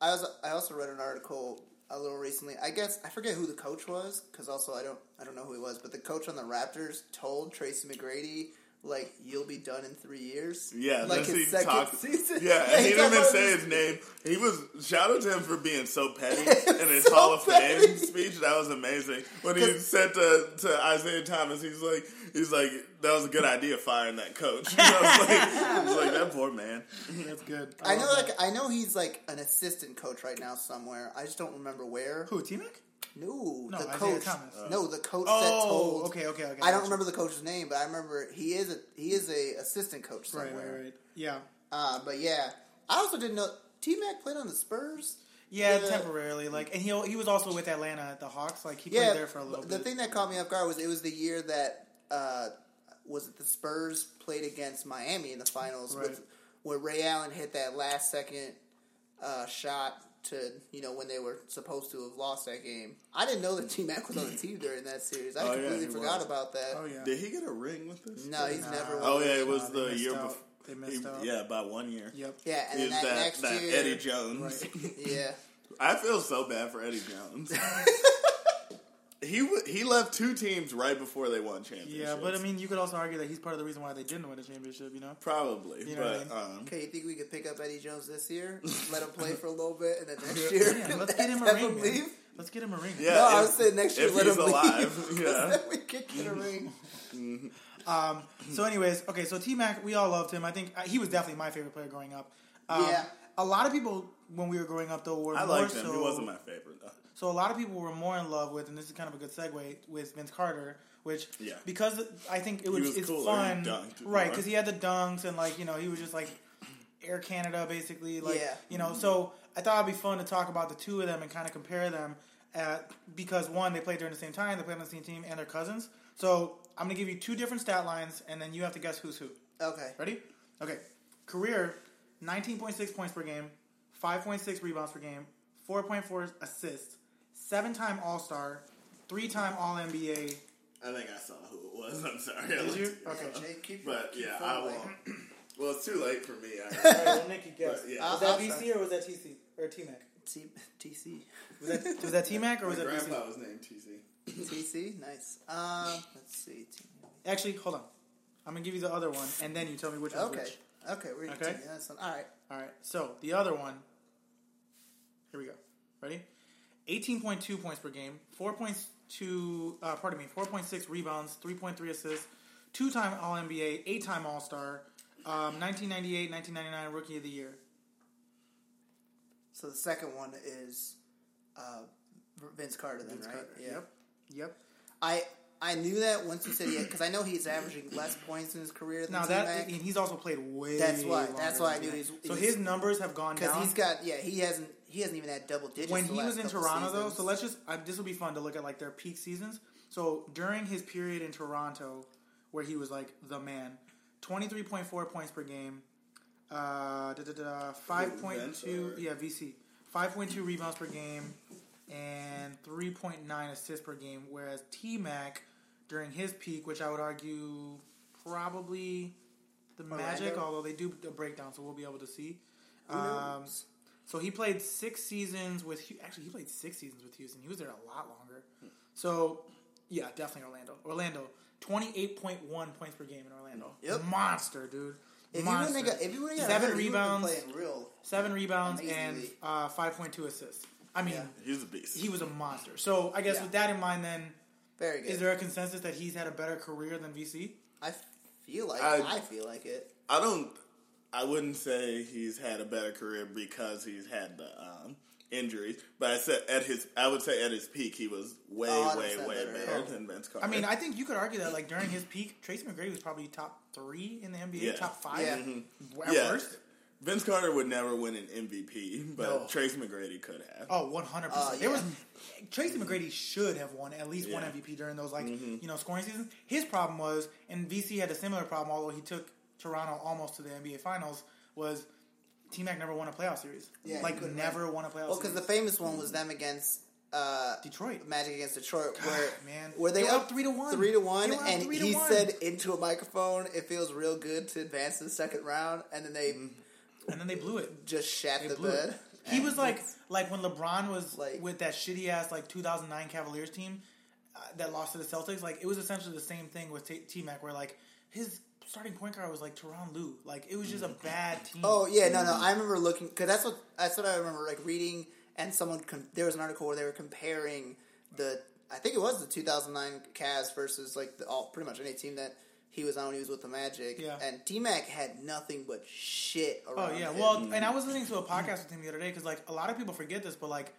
Speaker 3: I was I also read an article a little recently. I guess I forget who the coach was. Because also I don't I don't know who he was. But the coach on the Raptors told Tracy McGrady like you'll be done in three years.
Speaker 1: Yeah,
Speaker 3: like
Speaker 1: let's see,
Speaker 3: his second
Speaker 1: talk-
Speaker 3: season.
Speaker 1: Yeah, and he
Speaker 3: he's
Speaker 1: didn't even
Speaker 3: almost-
Speaker 1: say his name. He was shout out to him for being so petty in his Hall of Fame
Speaker 3: petty.
Speaker 1: speech. That was amazing. When he said to, to Isaiah Thomas, he's like, he's like, that was a good idea firing that coach. I was like, I was like, that poor man.
Speaker 4: that's good.
Speaker 3: I know, like I know he's like an assistant coach right now somewhere. I just don't remember where.
Speaker 2: Who T Mac?
Speaker 3: No,
Speaker 2: No,
Speaker 3: the
Speaker 2: Isaiah
Speaker 3: coach.
Speaker 2: Thomas.
Speaker 3: no, the coach that
Speaker 2: Oh,
Speaker 3: told.
Speaker 2: okay, okay, okay.
Speaker 3: I don't remember the coach's name, but I remember he is a he is a assistant coach
Speaker 2: Right,
Speaker 3: somewhere.
Speaker 2: right, right. Yeah,
Speaker 3: Uh, but yeah, I also didn't know T Mac played on the Spurs.
Speaker 2: yeah,
Speaker 3: Yeah.
Speaker 2: temporarily. Like, and he he was also with Atlanta at the Hawks. Like he
Speaker 3: Yeah,
Speaker 2: played there for a little
Speaker 3: the
Speaker 2: bit.
Speaker 3: thing that caught me off guard was it was the year that uh, was it the Spurs played against Miami in the finals with
Speaker 2: Right.
Speaker 3: where Ray Allen hit that last second uh, shot to you know when they were supposed to have lost that game. I didn't know that T Mac was on the team during that series. I
Speaker 1: Oh, yeah,
Speaker 3: completely
Speaker 1: he
Speaker 3: forgot
Speaker 1: was.
Speaker 3: about that.
Speaker 2: oh yeah.
Speaker 1: Did he get a ring with this?
Speaker 3: No, he's never.
Speaker 1: Oh
Speaker 3: won.
Speaker 1: yeah, it was
Speaker 2: Uh, they
Speaker 1: the
Speaker 2: missed
Speaker 1: year
Speaker 2: out.
Speaker 1: before.
Speaker 2: They missed out.
Speaker 1: Yeah, by one year.
Speaker 2: Yep.
Speaker 3: yeah, and then
Speaker 1: Is
Speaker 3: that,
Speaker 1: that,
Speaker 3: next
Speaker 1: that
Speaker 3: year,
Speaker 1: Eddie Jones?
Speaker 2: Right.
Speaker 3: yeah,
Speaker 1: I feel so bad for Eddie Jones. he w- he left two teams right before they won championships.
Speaker 2: Yeah, but I mean, you could also argue that he's part of the reason why they didn't win a championship. You know.
Speaker 1: probably.
Speaker 2: You know
Speaker 1: but
Speaker 2: what
Speaker 1: um,
Speaker 3: okay, you think we could pick up Eddie Jones this year, let him play for a little bit, and then next year,
Speaker 2: Yeah, let's get him a
Speaker 3: have him
Speaker 2: ring. man.
Speaker 3: leave?
Speaker 2: Let's get him a ring.
Speaker 1: yeah,
Speaker 3: No, I
Speaker 1: if-
Speaker 3: was saying next year
Speaker 1: if
Speaker 3: let
Speaker 1: he's
Speaker 3: him leave.
Speaker 1: alive, yeah.
Speaker 3: Then we could get a ring.
Speaker 2: So, anyways, okay. So T Mac, we all loved him. I think uh, he was definitely my favorite player growing up. Um,
Speaker 3: Yeah.
Speaker 2: A lot of people when we were growing up though were
Speaker 1: I
Speaker 2: more
Speaker 1: liked him.
Speaker 2: so.
Speaker 1: he wasn't my favorite though.
Speaker 2: So a lot of people were more in love with, and this is kind of a good segue with Vince Carter, which
Speaker 1: Yeah.
Speaker 2: because I think it was,
Speaker 1: was
Speaker 2: it's
Speaker 1: cooler. He
Speaker 2: fun,
Speaker 1: dunked
Speaker 2: right?
Speaker 1: more.
Speaker 2: Because he had the dunks and like you know he was just like Air Canada basically, like
Speaker 3: Yeah.
Speaker 2: you know. So I thought it'd be fun to talk about the two of them and kind of compare them uh because one they played during the same time, they played on the same team, and they're cousins. So I'm gonna give you two different stat lines, and then you have to guess who's who.
Speaker 3: Okay.
Speaker 2: Ready? Okay. Career 19.6 points per game, 5.6 rebounds per game, 4.4 assists, seven time All Star, three time All NBA.
Speaker 1: I think I saw who it was. I'm sorry. I
Speaker 2: Did
Speaker 1: looked
Speaker 2: you?
Speaker 1: it
Speaker 2: Okay.
Speaker 1: up.
Speaker 3: Jake, keep-
Speaker 1: But
Speaker 3: keep
Speaker 1: yeah, I
Speaker 3: following.
Speaker 1: won't. Well, it's too late for me. I,
Speaker 2: well, Nicky guessed.
Speaker 1: But, yeah.
Speaker 2: Was
Speaker 3: I'll-
Speaker 2: that
Speaker 3: I'll
Speaker 2: BC or was that TC? Or T Mac?
Speaker 3: T- TC.
Speaker 2: Was that, was that T Mac or
Speaker 1: my
Speaker 2: was that BC?
Speaker 1: grandpa was named TC.
Speaker 3: TC? Nice. Um, let's see. T-
Speaker 2: Actually, hold on. I'm going to give you the other one and then you tell me which one's
Speaker 3: Okay.
Speaker 2: which.
Speaker 3: Okay, we're gonna
Speaker 2: Okay.
Speaker 3: continue. That's not, all right.
Speaker 2: All right. So the other one. Here we go. Ready? Eighteen point two points per game. Four points two. Uh, pardon me. Four point six rebounds. Three point three assists. Two time All NBA. Eight time All Star. Um, 1998, 1999 Rookie of the Year.
Speaker 3: So the second one is uh, Vince Carter. Then right?
Speaker 2: Carter,
Speaker 3: Yeah.
Speaker 2: Yep. Yep.
Speaker 3: I I knew that once you said yeah because I know he's averaging less points in his career than
Speaker 2: Now that
Speaker 3: T-Mac.
Speaker 2: and he's also played way.
Speaker 3: That's why-
Speaker 2: longer
Speaker 3: that's why I
Speaker 2: than
Speaker 3: knew
Speaker 2: that.
Speaker 3: he's-
Speaker 2: So
Speaker 3: he's-
Speaker 2: his numbers have gone
Speaker 3: because
Speaker 2: down.
Speaker 3: he's got yeah he hasn't he hasn't even had double digits
Speaker 2: when
Speaker 3: the
Speaker 2: he
Speaker 3: last
Speaker 2: was in
Speaker 3: couple
Speaker 2: Toronto though,
Speaker 3: seasons.
Speaker 2: so let's just I, this will be fun to look at like their peak seasons. So during his period in Toronto, where he was like the man, twenty three point four points per game, uh, da, da, da, five point two
Speaker 4: Vince or-
Speaker 2: yeah VC five point two rebounds per game, and three point nine assists per game. Whereas T Mac during his peak, which I would argue probably the Magic,
Speaker 3: Orlando?
Speaker 2: although they do a breakdown, so we'll be able to see.
Speaker 3: Who
Speaker 2: Um,
Speaker 3: knows?
Speaker 2: so he played six seasons with Hu- actually he played six seasons with Houston. He was there a lot longer. So yeah, definitely Orlando. Orlando, twenty eight point one points per game in Orlando.
Speaker 3: Yep.
Speaker 2: Monster, dude.
Speaker 3: if you
Speaker 2: Monster.
Speaker 3: wouldn't have got if you wouldn't have got
Speaker 2: seven
Speaker 3: hurt, he would've been
Speaker 2: rebounds,
Speaker 3: playing real
Speaker 2: seven rebounds, and
Speaker 3: Amazingly.
Speaker 2: uh, five point two assists. I mean,
Speaker 3: Yeah.
Speaker 1: He's a beast.
Speaker 2: he was a monster. So I guess
Speaker 3: Yeah.
Speaker 2: with that in mind, then
Speaker 3: very good.
Speaker 2: is there a consensus that he's had a better career than VC?
Speaker 3: I feel like
Speaker 1: I-
Speaker 3: I feel like it.
Speaker 1: I don't. I wouldn't say he's had a better career because he's had the um, injuries, but I said at his, I would say at his peak, he was way,
Speaker 3: Oh, I
Speaker 1: way,
Speaker 3: understand
Speaker 1: way
Speaker 3: that,
Speaker 1: better
Speaker 3: right.
Speaker 1: than Vince Carter.
Speaker 2: I mean, I think you could argue that like during his peak, Tracy McGrady was probably top three in the NBA,
Speaker 1: Yeah.
Speaker 2: top five
Speaker 3: Yeah.
Speaker 2: at
Speaker 1: Yeah.
Speaker 2: worst.
Speaker 1: Mm-hmm. Vince Carter would never win an MVP, but
Speaker 2: No.
Speaker 1: Trace McGrady could have.
Speaker 2: Oh, 100%.
Speaker 3: Oh, yeah. Mm-hmm.
Speaker 2: There was Tracy McGrady should have won at least one
Speaker 1: Yeah.
Speaker 2: MVP during those like, you know, scoring seasons. His problem was and VC had a similar problem although he took Toronto almost to the NBA finals was T-Mac never won a playoff series.
Speaker 3: Yeah, he
Speaker 2: like
Speaker 3: couldn't
Speaker 2: never won a playoff
Speaker 3: Well, because
Speaker 2: series.
Speaker 3: the famous one
Speaker 2: Hmm.
Speaker 3: was them against uh,
Speaker 2: Detroit.
Speaker 3: Magic against Detroit, where
Speaker 2: man.
Speaker 3: were they,
Speaker 2: They were up three to one.
Speaker 3: three to one,
Speaker 2: They were up
Speaker 3: and
Speaker 2: three to
Speaker 3: he
Speaker 2: one.
Speaker 3: said into a microphone, "It feels real good to advance to the second round," and then they
Speaker 2: And then they blew it.
Speaker 3: just shat
Speaker 2: Mm. They
Speaker 3: the
Speaker 2: blew
Speaker 3: bed.
Speaker 2: it. He
Speaker 3: And
Speaker 2: was like like when LeBron was
Speaker 3: Like-
Speaker 2: with that shitty ass like 2009 Cavaliers team uh, that lost to the Celtics. Like it was essentially the same thing with T- T-Mac where like his starting point guard was like Teron Lou. Like it was just a bad team.
Speaker 3: "Oh yeah, no, no." I remember looking because that's what that's what I remember like reading, and someone com- there was an article where they were comparing the I think it was the 2009 Cavs versus like the, all pretty much any team that. He was on. when He was with the Magic,
Speaker 2: Yeah.
Speaker 3: and T Mac had nothing but shit
Speaker 2: Oh
Speaker 3: around. Mm-hmm.
Speaker 2: yeah,
Speaker 3: him.
Speaker 2: well, and I was listening to a podcast with him the other day because like a lot of people forget this, but like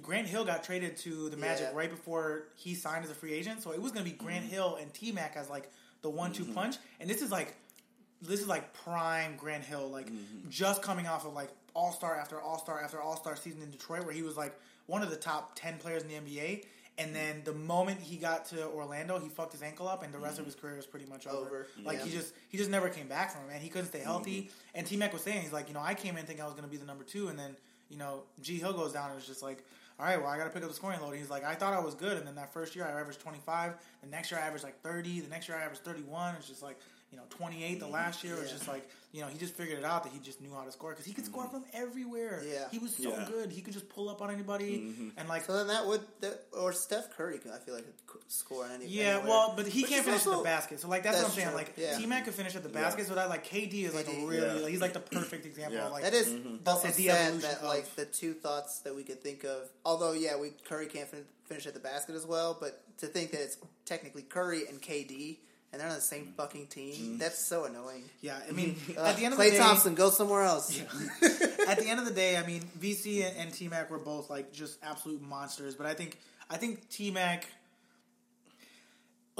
Speaker 2: Grant Hill got traded to the Magic
Speaker 3: Yeah.
Speaker 2: right before he signed as a free agent, so it was going to be Grant
Speaker 3: Mm-hmm.
Speaker 2: Hill and T Mac as like the one-two punch, and this is like this is like prime Grant Hill, like
Speaker 3: Mm-hmm.
Speaker 2: just coming off of like All Star after All Star after All Star season in Detroit, where he was like one of the top ten players in the NBA.
Speaker 3: Mm-hmm.
Speaker 2: And then the moment he got to Orlando, he fucked his ankle up, and the rest of his career was pretty much over.
Speaker 3: Mm-hmm. Over,
Speaker 2: Like
Speaker 3: yeah.
Speaker 2: he just he just never came back from it, man. He couldn't
Speaker 3: Mm-hmm.
Speaker 2: stay healthy. And T Mac was saying he's like, you know, I came in thinking I was going to be the number two, and then you know G Hill goes down and it's just like, all right, well I got to pick up the scoring load. He's like, I thought I was good, and then that first year I averaged twenty five. The next year I averaged like thirty. The next year I averaged thirty one. It's just like you know twenty eight. The last year was
Speaker 3: Mm-hmm. Yeah.
Speaker 2: just like you know he just figured it out that he just knew how to score because he could score from everywhere.
Speaker 3: Mm-hmm. Yeah. Mm-hmm.
Speaker 2: he was so
Speaker 1: Yeah.
Speaker 2: good. He could just pull up on anybody
Speaker 1: Mm-hmm.
Speaker 2: and like
Speaker 3: So then that would that, or Steph Curry, could- I feel like could c- score on any.
Speaker 2: Yeah,
Speaker 3: anywhere.
Speaker 2: well, but he
Speaker 3: Which
Speaker 2: can't
Speaker 3: is
Speaker 2: finish at
Speaker 3: also-
Speaker 2: the basket. So like that's, what I'm
Speaker 3: That's
Speaker 2: saying.
Speaker 3: true,
Speaker 2: Like
Speaker 3: yeah.
Speaker 2: T Mac could finish at the basket, so that like KD is like a
Speaker 3: KD,
Speaker 2: really
Speaker 1: yeah.
Speaker 2: like, he's like the perfect example.
Speaker 1: Yeah.
Speaker 2: Of, like
Speaker 3: That is also
Speaker 2: And the
Speaker 3: sad
Speaker 2: evolution
Speaker 3: that
Speaker 2: of-
Speaker 3: like the two thoughts that we could think of. Although yeah, we Curry can't fin- finish at the basket as well, but to think that it's technically Curry and KD and they're on the same fucking team, that's so annoying.
Speaker 2: yeah. I mean,
Speaker 3: Uh,
Speaker 2: at the end of
Speaker 3: Klay
Speaker 2: the day,
Speaker 3: Thompson, go somewhere else.
Speaker 2: at the end of the day, I mean, VC and, and T Mac were both like just absolute monsters. But I think I think T Mac.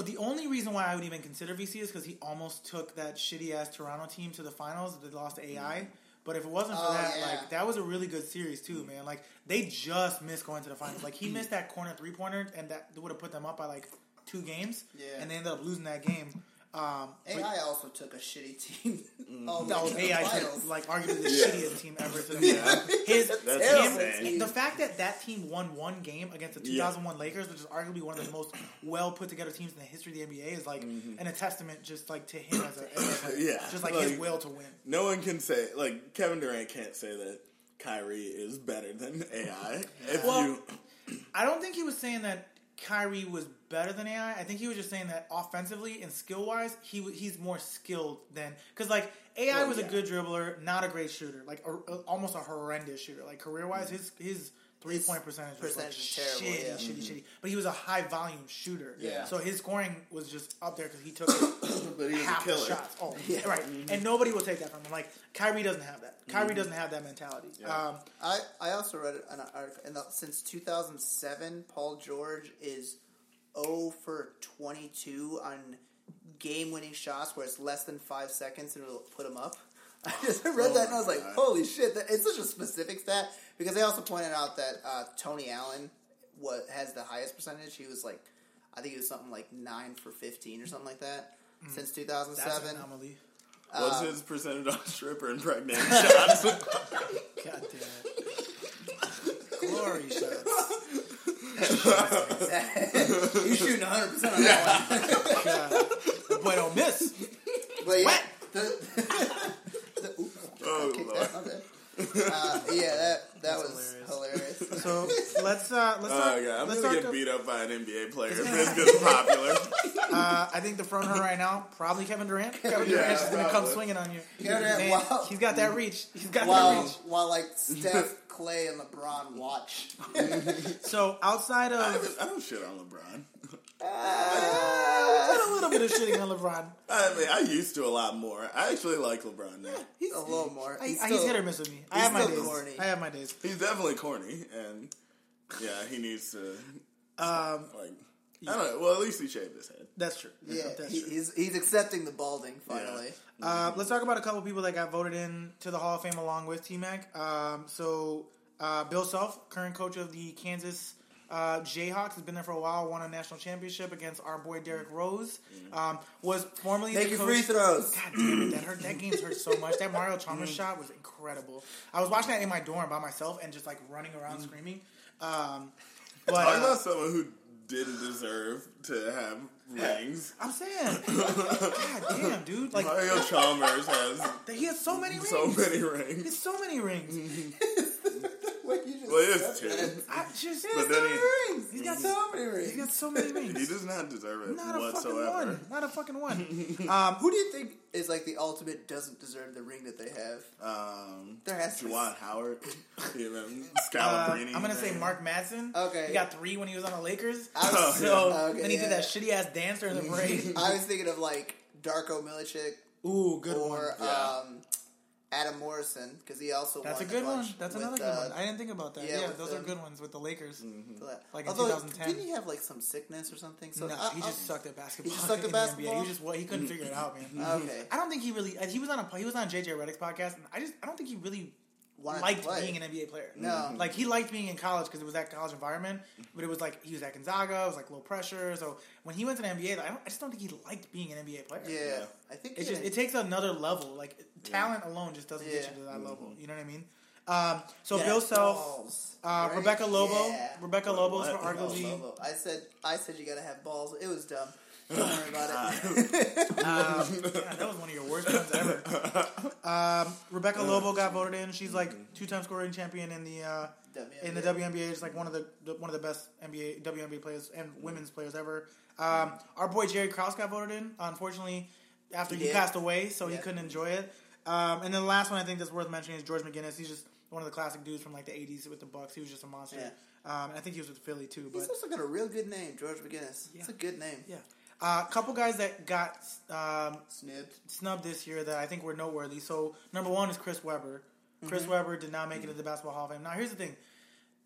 Speaker 2: The only reason why I would even consider VC is because he almost took that shitty ass Toronto team to the finals. They lost to AI. But if it wasn't for
Speaker 3: Mm-hmm. Oh,
Speaker 2: that,
Speaker 3: yeah.
Speaker 2: like that was a really good series too, man. Like they just missed going to the finals. Like
Speaker 3: Mm-hmm.
Speaker 2: he missed that corner three pointer, and that would have put them up by like two games.
Speaker 3: Yeah.
Speaker 2: And they ended up losing that game. Um, but-
Speaker 3: AI also took a shitty team. all the
Speaker 2: that was
Speaker 3: way to the
Speaker 2: AI 's,
Speaker 3: finals.
Speaker 2: like arguably the
Speaker 1: Yeah.
Speaker 2: shittiest team ever. To His,
Speaker 1: terrible
Speaker 2: him-
Speaker 1: team.
Speaker 2: the fact that that team won one game against the 2001 Lakers, which is arguably one of the most well put together teams in the history of the NBA, is like and a testament just like to him as a, as a-
Speaker 1: Yeah,
Speaker 2: just like, his
Speaker 1: like-
Speaker 2: will to win.
Speaker 1: no one can say like Kevin Durant can't say that Kyrie is better than AI. If
Speaker 2: Well,
Speaker 1: you
Speaker 2: I don't think he was saying that Kyrie was better than AI. I think he was just saying that offensively and skill wise, he w- he's more skilled than because like AI
Speaker 4: Well,
Speaker 2: was
Speaker 4: yeah.
Speaker 2: a good dribbler, not a great shooter, like a, a- almost a horrendous shooter. Like career wise, his his three point percentage was like
Speaker 3: percentage is terrible,
Speaker 2: shitty,
Speaker 3: yeah.
Speaker 2: shitty, shitty. But he was a high volume shooter,
Speaker 4: Yeah.
Speaker 2: So his scoring was just up there because he took
Speaker 4: but he was
Speaker 2: half
Speaker 4: a killer.
Speaker 2: the shots. Oh, right. And nobody will take that from him. Like Kyrie doesn't have that. Kyrie doesn't have that mentality. Um,
Speaker 3: I, I also read an article, and that since 2007, Paul George is 0 for 22 on game winning shots where it's less than five seconds and it'll put him up. I just read that and I was like,
Speaker 1: God.
Speaker 3: holy shit, that, it's such a specific stat. Because they also pointed out that uh, Tony Allen wa has the highest percentage. He was like, I think he was something like 9 for 15 or something like that since
Speaker 2: that's
Speaker 3: 2007.
Speaker 2: an anomaly.
Speaker 1: What's his percentage on stripper and pregnant shots?
Speaker 2: God damn it. Glory shots.
Speaker 3: You're shooting 100% on that one.
Speaker 2: God. Boy, don't miss.
Speaker 3: But yeah,
Speaker 2: What?
Speaker 3: The, the, oop,
Speaker 1: Oh,
Speaker 3: I kicked
Speaker 1: Lord.
Speaker 3: that, my bad. Uh, yeah, that that was
Speaker 2: hilarious.
Speaker 3: hilarious.
Speaker 2: So let's uh, let's start.
Speaker 1: Oh god, I'm gonna
Speaker 2: let's start
Speaker 1: get
Speaker 2: the-
Speaker 1: beat up by an NBA player if this gets popular.
Speaker 2: uh, I think the front runner right now probably Kevin Durant. Kevin
Speaker 1: Yeah,
Speaker 2: Durant is going to come
Speaker 1: probably.
Speaker 2: swinging on you.
Speaker 3: Kevin Durant,
Speaker 2: Man,
Speaker 3: wow.
Speaker 2: He's got that reach. He's got that
Speaker 3: while
Speaker 2: reach.
Speaker 3: while like Steph, Clay, and LeBron watch.
Speaker 2: So outside
Speaker 1: I
Speaker 2: of
Speaker 1: haven't- I don't shit on LeBron.
Speaker 2: a little bit of shitting on LeBron,
Speaker 1: I mean, I used to a lot more. I actually like LeBron now.
Speaker 2: he's,
Speaker 3: A little more.
Speaker 2: I,
Speaker 3: He's
Speaker 2: I-
Speaker 3: still-
Speaker 2: he's hit or miss with me. I have my
Speaker 3: still
Speaker 2: days.
Speaker 3: corny.
Speaker 2: I have my days.
Speaker 1: He's definitely corny, and yeah, he needs to
Speaker 2: Um,
Speaker 1: like. I don't know. Well, at least he shaved his head.
Speaker 2: that's true.
Speaker 3: Yeah,
Speaker 2: that's
Speaker 3: he,
Speaker 2: true.
Speaker 3: he's he's accepting the balding finally.
Speaker 2: Uh, let's talk about a couple people that got voted in to the Hall of Fame along with T Mac. Um, so uh, Bill Self, current coach of the Kansas uh, Jayhawks, has been there for a while. Won a national championship against our boy Derrick Rose. Um, was formerly
Speaker 3: Make
Speaker 2: the
Speaker 3: your
Speaker 2: coach-
Speaker 3: free throws.
Speaker 2: God damn it, that hurt. That game's hurt so much. That Mario Chalmers shot was incredible. I was watching that in my dorm by myself and just like running around screaming. Um, but
Speaker 1: I'm
Speaker 2: uh,
Speaker 1: not someone who didn't deserve to have rings.
Speaker 2: I'm saying, God damn, dude, like
Speaker 1: Mario Chalmers has
Speaker 2: he has so many rings.
Speaker 1: so many rings.
Speaker 2: He has so many rings.
Speaker 3: What you just
Speaker 1: Well, it is two.
Speaker 2: I just,
Speaker 1: But then he,
Speaker 3: rings. He's got
Speaker 2: Mhm.
Speaker 3: so many rings.
Speaker 2: He's got so many
Speaker 1: he
Speaker 2: rings.
Speaker 1: does not deserve it
Speaker 2: Not a fucking
Speaker 1: whatsoever.
Speaker 2: one. Not a fucking one. Um,
Speaker 3: Who do you think is like the ultimate doesn't deserve the ring that they have?
Speaker 1: Um,
Speaker 3: There has to be
Speaker 1: Juwan Howard, you know,
Speaker 2: uh,
Speaker 1: Scalabrini.
Speaker 2: I'm gonna say Mark Madsen.
Speaker 3: Okay.
Speaker 2: he got three when he was on the Lakers.
Speaker 1: Oh,
Speaker 3: I was-
Speaker 2: So
Speaker 3: Okay,
Speaker 2: then he
Speaker 3: yeah.
Speaker 2: did that shitty ass dance during the parade.
Speaker 3: I was thinking of like Darko Milicic
Speaker 2: Ooh, good one.
Speaker 3: or
Speaker 1: Yeah.
Speaker 3: um, Adam Morrison because he also
Speaker 2: That's a
Speaker 3: won
Speaker 2: good one.
Speaker 3: bunch
Speaker 2: That's
Speaker 3: with,
Speaker 2: another
Speaker 3: uh,
Speaker 2: good one. I didn't think about that.
Speaker 3: yeah,
Speaker 2: Yeah,
Speaker 3: with uh, Mm.
Speaker 2: those are
Speaker 3: the-
Speaker 2: good ones with the Lakers.
Speaker 1: Mm-hmm.
Speaker 2: Like in
Speaker 3: Although,
Speaker 2: 2010.
Speaker 3: Didn't he have like some sickness or something? So
Speaker 2: No,
Speaker 3: I-
Speaker 2: he
Speaker 3: I'll-
Speaker 2: just sucked at basketball.
Speaker 3: just sucked at
Speaker 2: in the NBA.
Speaker 3: basketball?
Speaker 2: He just wa- he couldn't figure it out, man.
Speaker 3: Okay.
Speaker 2: I don't think he really. He was on a he was on JJ Redick's podcast, and I just I don't think he really
Speaker 3: Wanted to
Speaker 2: liked
Speaker 3: play.
Speaker 2: being an NBA player.
Speaker 3: No.
Speaker 2: Um, like he liked being in college because it was that college environment. But it was like he was at Gonzaga, it was like low pressure. So when he went to the NBA, like, I, don't, I just don't think he liked being an NBA player.
Speaker 3: yeah,
Speaker 1: Yeah.
Speaker 3: I think
Speaker 2: It
Speaker 3: he
Speaker 2: just
Speaker 3: had-
Speaker 2: it takes another level. Like talent alone just doesn't
Speaker 3: Yeah. Mm-hmm.
Speaker 2: get you to that level. You know what I mean? Um, so
Speaker 3: he had
Speaker 2: Bill Self,
Speaker 3: balls,
Speaker 2: uh,
Speaker 3: right?
Speaker 2: Rebecca Lobo,
Speaker 3: Yeah.
Speaker 2: Rebecca Lobo's for
Speaker 1: what?
Speaker 2: arguably.
Speaker 3: Lobo. I said, I said you gotta have balls. It was dumb. Don't worry about it.
Speaker 2: Um, God, that was one of your worst ones ever. Um, Rebecca Lobo
Speaker 3: Uh,
Speaker 2: got voted in. She's like
Speaker 3: mm-hmm.
Speaker 2: two-time scoring champion in the uh, in the WNBA. She's like one of the the- one of the best NBA WNBA players and women's players ever. Um, our boy Jerry Krause got voted in. Unfortunately, after
Speaker 3: He
Speaker 2: he,
Speaker 3: did.
Speaker 2: passed away, so
Speaker 3: Yeah.
Speaker 2: he couldn't enjoy it. Um, and then the last one I think that's worth mentioning is George McGinnis. He's just one of the classic dudes from like the '80s with the Bucks. He was just a monster.
Speaker 3: Yeah.
Speaker 2: Um, and I think he was with Philly too. But
Speaker 3: He's also got a real good name, George McGinnis. It's a good name.
Speaker 2: yeah, a uh, couple guys that got um,
Speaker 3: Snipped.
Speaker 2: snubbed this year that I think were noteworthy. So number one is Chris Webber. Chris
Speaker 3: Mm-hmm.
Speaker 2: Webber did not make it to the Basketball Hall of Fame. Now here's the thing: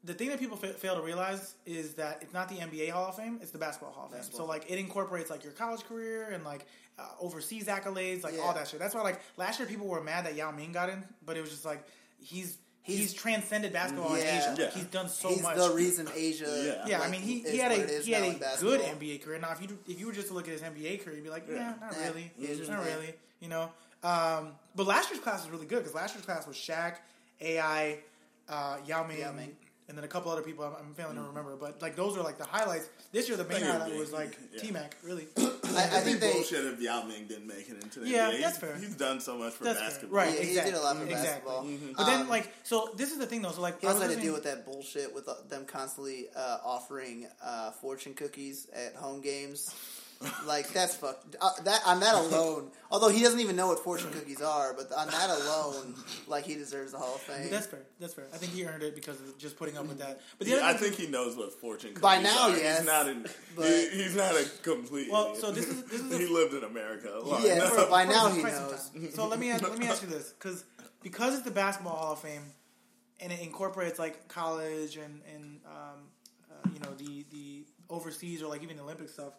Speaker 2: the thing that people fa- fail to realize is that it's not the NBA Hall of Fame; it's the Basketball Hall of Fame. So like it incorporates like your college career and like uh, overseas accolades, like
Speaker 3: Yeah.
Speaker 2: all that shit. That's why like last year people were mad that Yao Ming got in, but it was just like he's he's, transcended basketball
Speaker 3: Yeah.
Speaker 2: in Asia.
Speaker 1: Yeah.
Speaker 2: He's done so
Speaker 3: He's
Speaker 2: much.
Speaker 3: the reason Asia.
Speaker 1: Yeah.
Speaker 2: yeah,
Speaker 3: like,
Speaker 2: I mean he,
Speaker 3: is
Speaker 2: he had
Speaker 3: what it
Speaker 2: a
Speaker 3: is
Speaker 2: he had
Speaker 3: now
Speaker 2: a
Speaker 3: in
Speaker 2: good
Speaker 3: basketball.
Speaker 2: NBA career. Now if you if you were just to look at his NBA career, you'd be like, yeah, not
Speaker 3: Nah,
Speaker 2: really,
Speaker 3: he was just
Speaker 2: not
Speaker 3: there.
Speaker 2: really, you know. Um, but last year's class was really good because last year's class was Shaq, AI, uh, Yao Ming,
Speaker 3: Yao Ming. Mm.
Speaker 2: and then a couple other people I'm, I'm failing to remember. But like those are like the highlights. This year, the main
Speaker 1: Thank you,
Speaker 2: highlight
Speaker 1: Big.
Speaker 2: was like
Speaker 1: Yeah.
Speaker 2: T Mac. Really,
Speaker 3: I, I
Speaker 1: It'd be
Speaker 3: think they.
Speaker 1: bullshit if Yao Ming didn't make it into the
Speaker 2: Yeah,
Speaker 1: NBA.
Speaker 2: that's
Speaker 1: He's-
Speaker 2: fair.
Speaker 1: He's done so much for
Speaker 2: That's fair.
Speaker 1: basketball.
Speaker 2: Right,
Speaker 3: Yeah, he
Speaker 2: exactly.
Speaker 3: did a lot for
Speaker 2: Exactly.
Speaker 3: basketball.
Speaker 1: Mm-hmm.
Speaker 2: but then
Speaker 3: Um,
Speaker 2: like so this is the thing though. So like
Speaker 3: He
Speaker 2: I
Speaker 3: also
Speaker 2: was
Speaker 3: had to
Speaker 2: listening-
Speaker 3: deal with that bullshit with uh, them constantly uh, offering uh, fortune cookies at home games. Like that's fucked. Uh, that on that alone, although he doesn't even know what fortune cookies are, but on that alone, like he deserves the Hall of Fame.
Speaker 2: That's fair. That's fair. I think he earned it because of just putting
Speaker 3: Mm.
Speaker 2: up with that. But the
Speaker 1: Yeah,
Speaker 2: other
Speaker 1: I
Speaker 2: thing-
Speaker 1: think he knows what fortune cookies
Speaker 3: By now,
Speaker 1: are.
Speaker 3: yes,
Speaker 1: he's not an,
Speaker 3: but-
Speaker 1: he- he's not a complete.
Speaker 2: Well,
Speaker 1: idiot.
Speaker 2: so this is- this is a-
Speaker 1: he lived in America. Long
Speaker 3: Yeah,
Speaker 1: enough.
Speaker 3: for- by now
Speaker 2: it's
Speaker 3: he
Speaker 2: quite some
Speaker 3: knows.
Speaker 2: time. So let me ask, let me ask you this, because because it's the basketball Hall of Fame, and it incorporates like college and and um, uh, you know the the overseas or like even the Olympic stuff.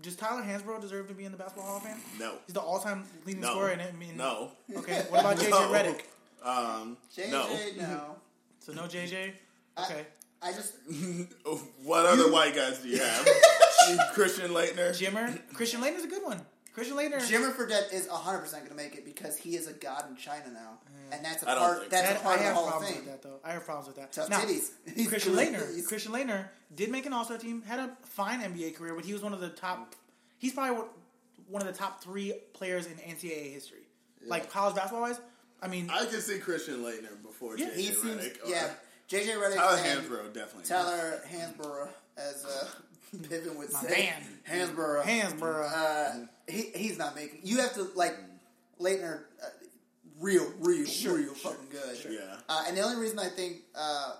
Speaker 2: Does Tyler Hansbrough deserve to be in the basketball Hall of Fame?
Speaker 1: no,
Speaker 2: He's the all-time leading
Speaker 1: no,
Speaker 2: scorer, and I mean,
Speaker 1: no,
Speaker 2: Okay, what about JJ
Speaker 1: No.
Speaker 2: Redick?
Speaker 1: um,
Speaker 3: JJ,
Speaker 2: Mhm.
Speaker 3: no.
Speaker 2: So no JJ.
Speaker 3: I-
Speaker 2: Okay,
Speaker 3: I just
Speaker 1: no. What other white guys do you have? Christian Leitner.
Speaker 2: Jimmer, Christian Leitner's a good one. Christian Leitner.
Speaker 3: Jimmer Fredette is 100 percent going to make it because he is a god in China now, and that's a
Speaker 1: I don't
Speaker 3: part.
Speaker 1: think
Speaker 3: That's
Speaker 2: That-
Speaker 3: a
Speaker 2: I
Speaker 3: part of the
Speaker 2: have
Speaker 3: Hall of
Speaker 2: problems
Speaker 3: Fame.
Speaker 2: with that though. I have problems with that.
Speaker 3: Tough
Speaker 2: Now,
Speaker 3: titties. He's
Speaker 2: Christian
Speaker 3: good.
Speaker 2: Laettner.
Speaker 3: He's-
Speaker 2: Christian Laettner did make an All Star team, had a fine NBA career, but he was one of the top. He's probably one- one of the top three players in NCAA history, like college basketball wise. I mean,
Speaker 1: I can see Christian Leitner before
Speaker 2: Yeah,
Speaker 1: JJ
Speaker 3: He seems.
Speaker 1: Redick. or-
Speaker 3: Yeah, JJ Redick.
Speaker 1: Tyler
Speaker 3: and-
Speaker 1: Hansbrough definitely.
Speaker 3: Tyler Hansborough, as uh, Pippen would
Speaker 2: My
Speaker 3: say.
Speaker 2: man.
Speaker 3: Hansborough.
Speaker 2: Hansborough.
Speaker 3: Uh, he, he's not making. You have to, like, Leitner, uh, real, real, real fucking good.
Speaker 1: Yeah.
Speaker 3: Uh, and the only reason I think. Uh,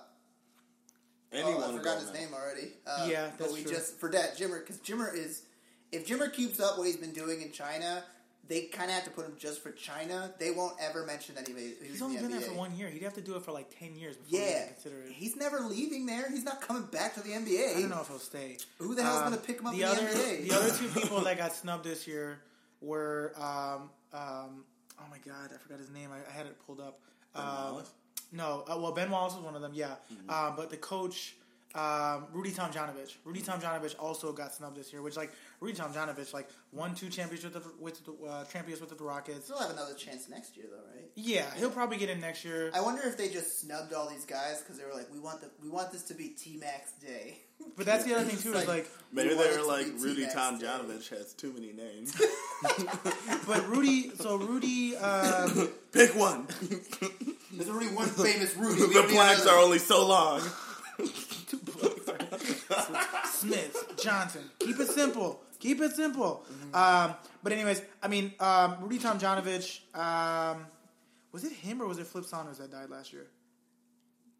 Speaker 1: Anyone
Speaker 3: oh, I forgot
Speaker 1: will
Speaker 3: his
Speaker 1: know.
Speaker 3: name already. Uh,
Speaker 2: Yeah,
Speaker 3: But
Speaker 2: that's
Speaker 3: we
Speaker 2: true.
Speaker 3: just. For that, Jimmer, because Jimmer is. If Jimmer keeps up what he's been doing in China. They kind of have to put him just for China. They won't ever mention anybody who's
Speaker 2: he's only
Speaker 3: in the
Speaker 2: been
Speaker 3: NBA.
Speaker 2: there for one year. He'd have to do it for like ten years before he
Speaker 3: yeah,
Speaker 2: even consider it.
Speaker 3: he's never leaving there. He's not coming back to the NBA.
Speaker 2: I don't know if he'll stay.
Speaker 3: Who the hell's
Speaker 2: Um,
Speaker 3: going to pick him up
Speaker 2: the
Speaker 3: in
Speaker 2: other,
Speaker 3: the NBA?
Speaker 2: The other two people that got snubbed this year were, um, um, oh my god, I forgot his name. I, I had it pulled up. Um,
Speaker 1: Wallace?
Speaker 2: No, uh, well, Ben Wallace was one of them. Yeah, uh, but the coach. Um, Rudy Tomjanovich. Rudy Tomjanovich also got snubbed this year, which like Rudy Tomjanovich like won two championships with the, with the uh, champions with the Rockets.
Speaker 3: They'll have another chance next year, though, right?
Speaker 2: Yeah, he'll probably get in next year.
Speaker 3: I wonder if they just snubbed all these guys because they were like, "We want the we want this to be T Mac's day."
Speaker 2: But that's the other thing too is
Speaker 3: Like-
Speaker 2: like
Speaker 1: Maybe
Speaker 3: We want
Speaker 1: they
Speaker 3: it
Speaker 1: were
Speaker 3: to
Speaker 1: like
Speaker 3: be
Speaker 1: Rudy
Speaker 3: T-Mac's
Speaker 1: Tom
Speaker 3: day.
Speaker 1: Janovich has too many names.
Speaker 2: but Rudy. So Rudy. Um,
Speaker 1: Pick one.
Speaker 3: There's already one famous Rudy. We
Speaker 1: the
Speaker 3: don't need
Speaker 1: plaques
Speaker 3: another-
Speaker 1: are only so long.
Speaker 2: Smith, Johnson. Keep it simple. Keep it simple. Um, but anyways, I mean, um, Rudy Tomjanovich. Um, was it him or was it Flip Saunders that died last year?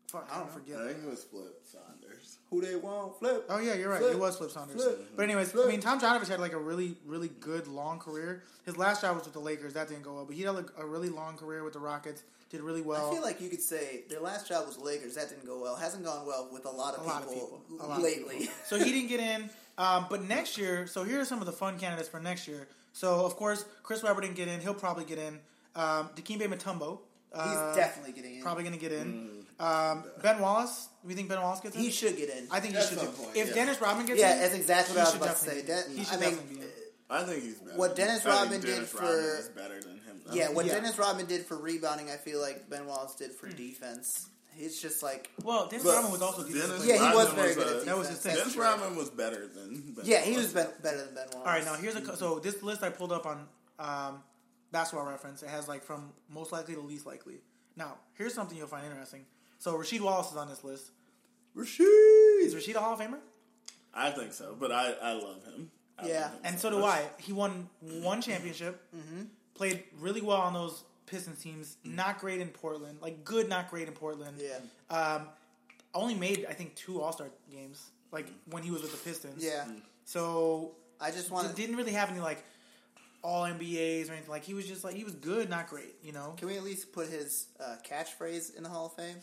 Speaker 2: Fuck, I don't forget.
Speaker 1: I think it was Flip Saunders.
Speaker 3: who they want flip.
Speaker 2: Oh yeah, you're right.
Speaker 3: Flip.
Speaker 2: it was Flip Saunders.
Speaker 3: Flip.
Speaker 2: But anyways,
Speaker 3: Flip.
Speaker 2: I mean, Tom Janovich had like a really, really good long career. His last job was with the Lakers. That didn't go well, but he had like, a really long career with the Rockets. Did really well.
Speaker 3: I feel like you could say their last job was Lakers. That didn't go well. Hasn't gone well with a lot of,
Speaker 2: A lot of
Speaker 3: people,
Speaker 2: people. A lot of
Speaker 3: lately.
Speaker 2: So he didn't get in. Um, but next year, so here are some of the fun candidates for next year. So of course, Chris Webber didn't get in. He'll probably get in. Um, Dikembe Mutombo,
Speaker 3: He's
Speaker 2: uh,
Speaker 3: definitely getting in.
Speaker 2: probably going to get in. Um, ben Wallace, we think Ben Wallace gets in.
Speaker 3: he should get in.
Speaker 2: I think he
Speaker 1: That's
Speaker 2: should.
Speaker 1: my
Speaker 2: Too.
Speaker 1: point,
Speaker 2: if
Speaker 1: yeah.
Speaker 2: Dennis Rodman gets
Speaker 3: yeah,
Speaker 2: in,
Speaker 3: that's exactly
Speaker 2: he
Speaker 3: what I was
Speaker 2: should
Speaker 3: about to say.
Speaker 2: definitely
Speaker 3: That,
Speaker 2: be in. He
Speaker 3: I
Speaker 2: should definitely
Speaker 3: mean,
Speaker 2: be in.
Speaker 1: I think he's better.
Speaker 3: What Dennis
Speaker 1: I think
Speaker 3: Rodman did
Speaker 1: Dennis
Speaker 3: for-
Speaker 1: Rodman is better than him. though.
Speaker 3: uh, yeah, what
Speaker 2: Yeah. Hmm.
Speaker 3: Dennis Rodman did for rebounding, I feel like Ben Wallace did for defense. He's just like
Speaker 2: well, Dennis
Speaker 1: But
Speaker 2: Rodman was also
Speaker 1: Dennis-
Speaker 2: defensive player.
Speaker 3: Yeah, he was
Speaker 1: Rodman
Speaker 3: very
Speaker 1: was
Speaker 3: good.
Speaker 1: a-
Speaker 3: at
Speaker 2: That was his
Speaker 3: defense.
Speaker 2: thing.
Speaker 3: That's
Speaker 1: Dennis
Speaker 3: true.
Speaker 1: Rodman was better than. Ben
Speaker 3: Yeah, he
Speaker 1: Wallace.
Speaker 3: was better, better than Ben Wallace.
Speaker 2: All right, now here's a co- so this list I pulled up on um, Basketball Reference. It has like from most likely to least likely. Now here's something you'll find interesting. So Rasheed Wallace is on this list. Is
Speaker 1: Rasheed.
Speaker 2: Rasheed a Hall of Famer?
Speaker 1: I think so, but I, I love him. I
Speaker 3: Yeah,
Speaker 1: love him
Speaker 2: And
Speaker 1: so
Speaker 2: so do
Speaker 1: much.
Speaker 2: I. He won one championship.
Speaker 3: Mm-hmm.
Speaker 2: Played really well on those Pistons teams. Not great in Portland. Like good, not great in Portland.
Speaker 3: Yeah,
Speaker 2: Only made I think two All Star games. Like when he was with the Pistons.
Speaker 3: yeah.
Speaker 2: So
Speaker 3: I just want to.
Speaker 2: didn't really have any like All NBAs or anything. Like he was just like he was good, not great. You know.
Speaker 3: Can we at least put his uh, catchphrase in the Hall of Fame?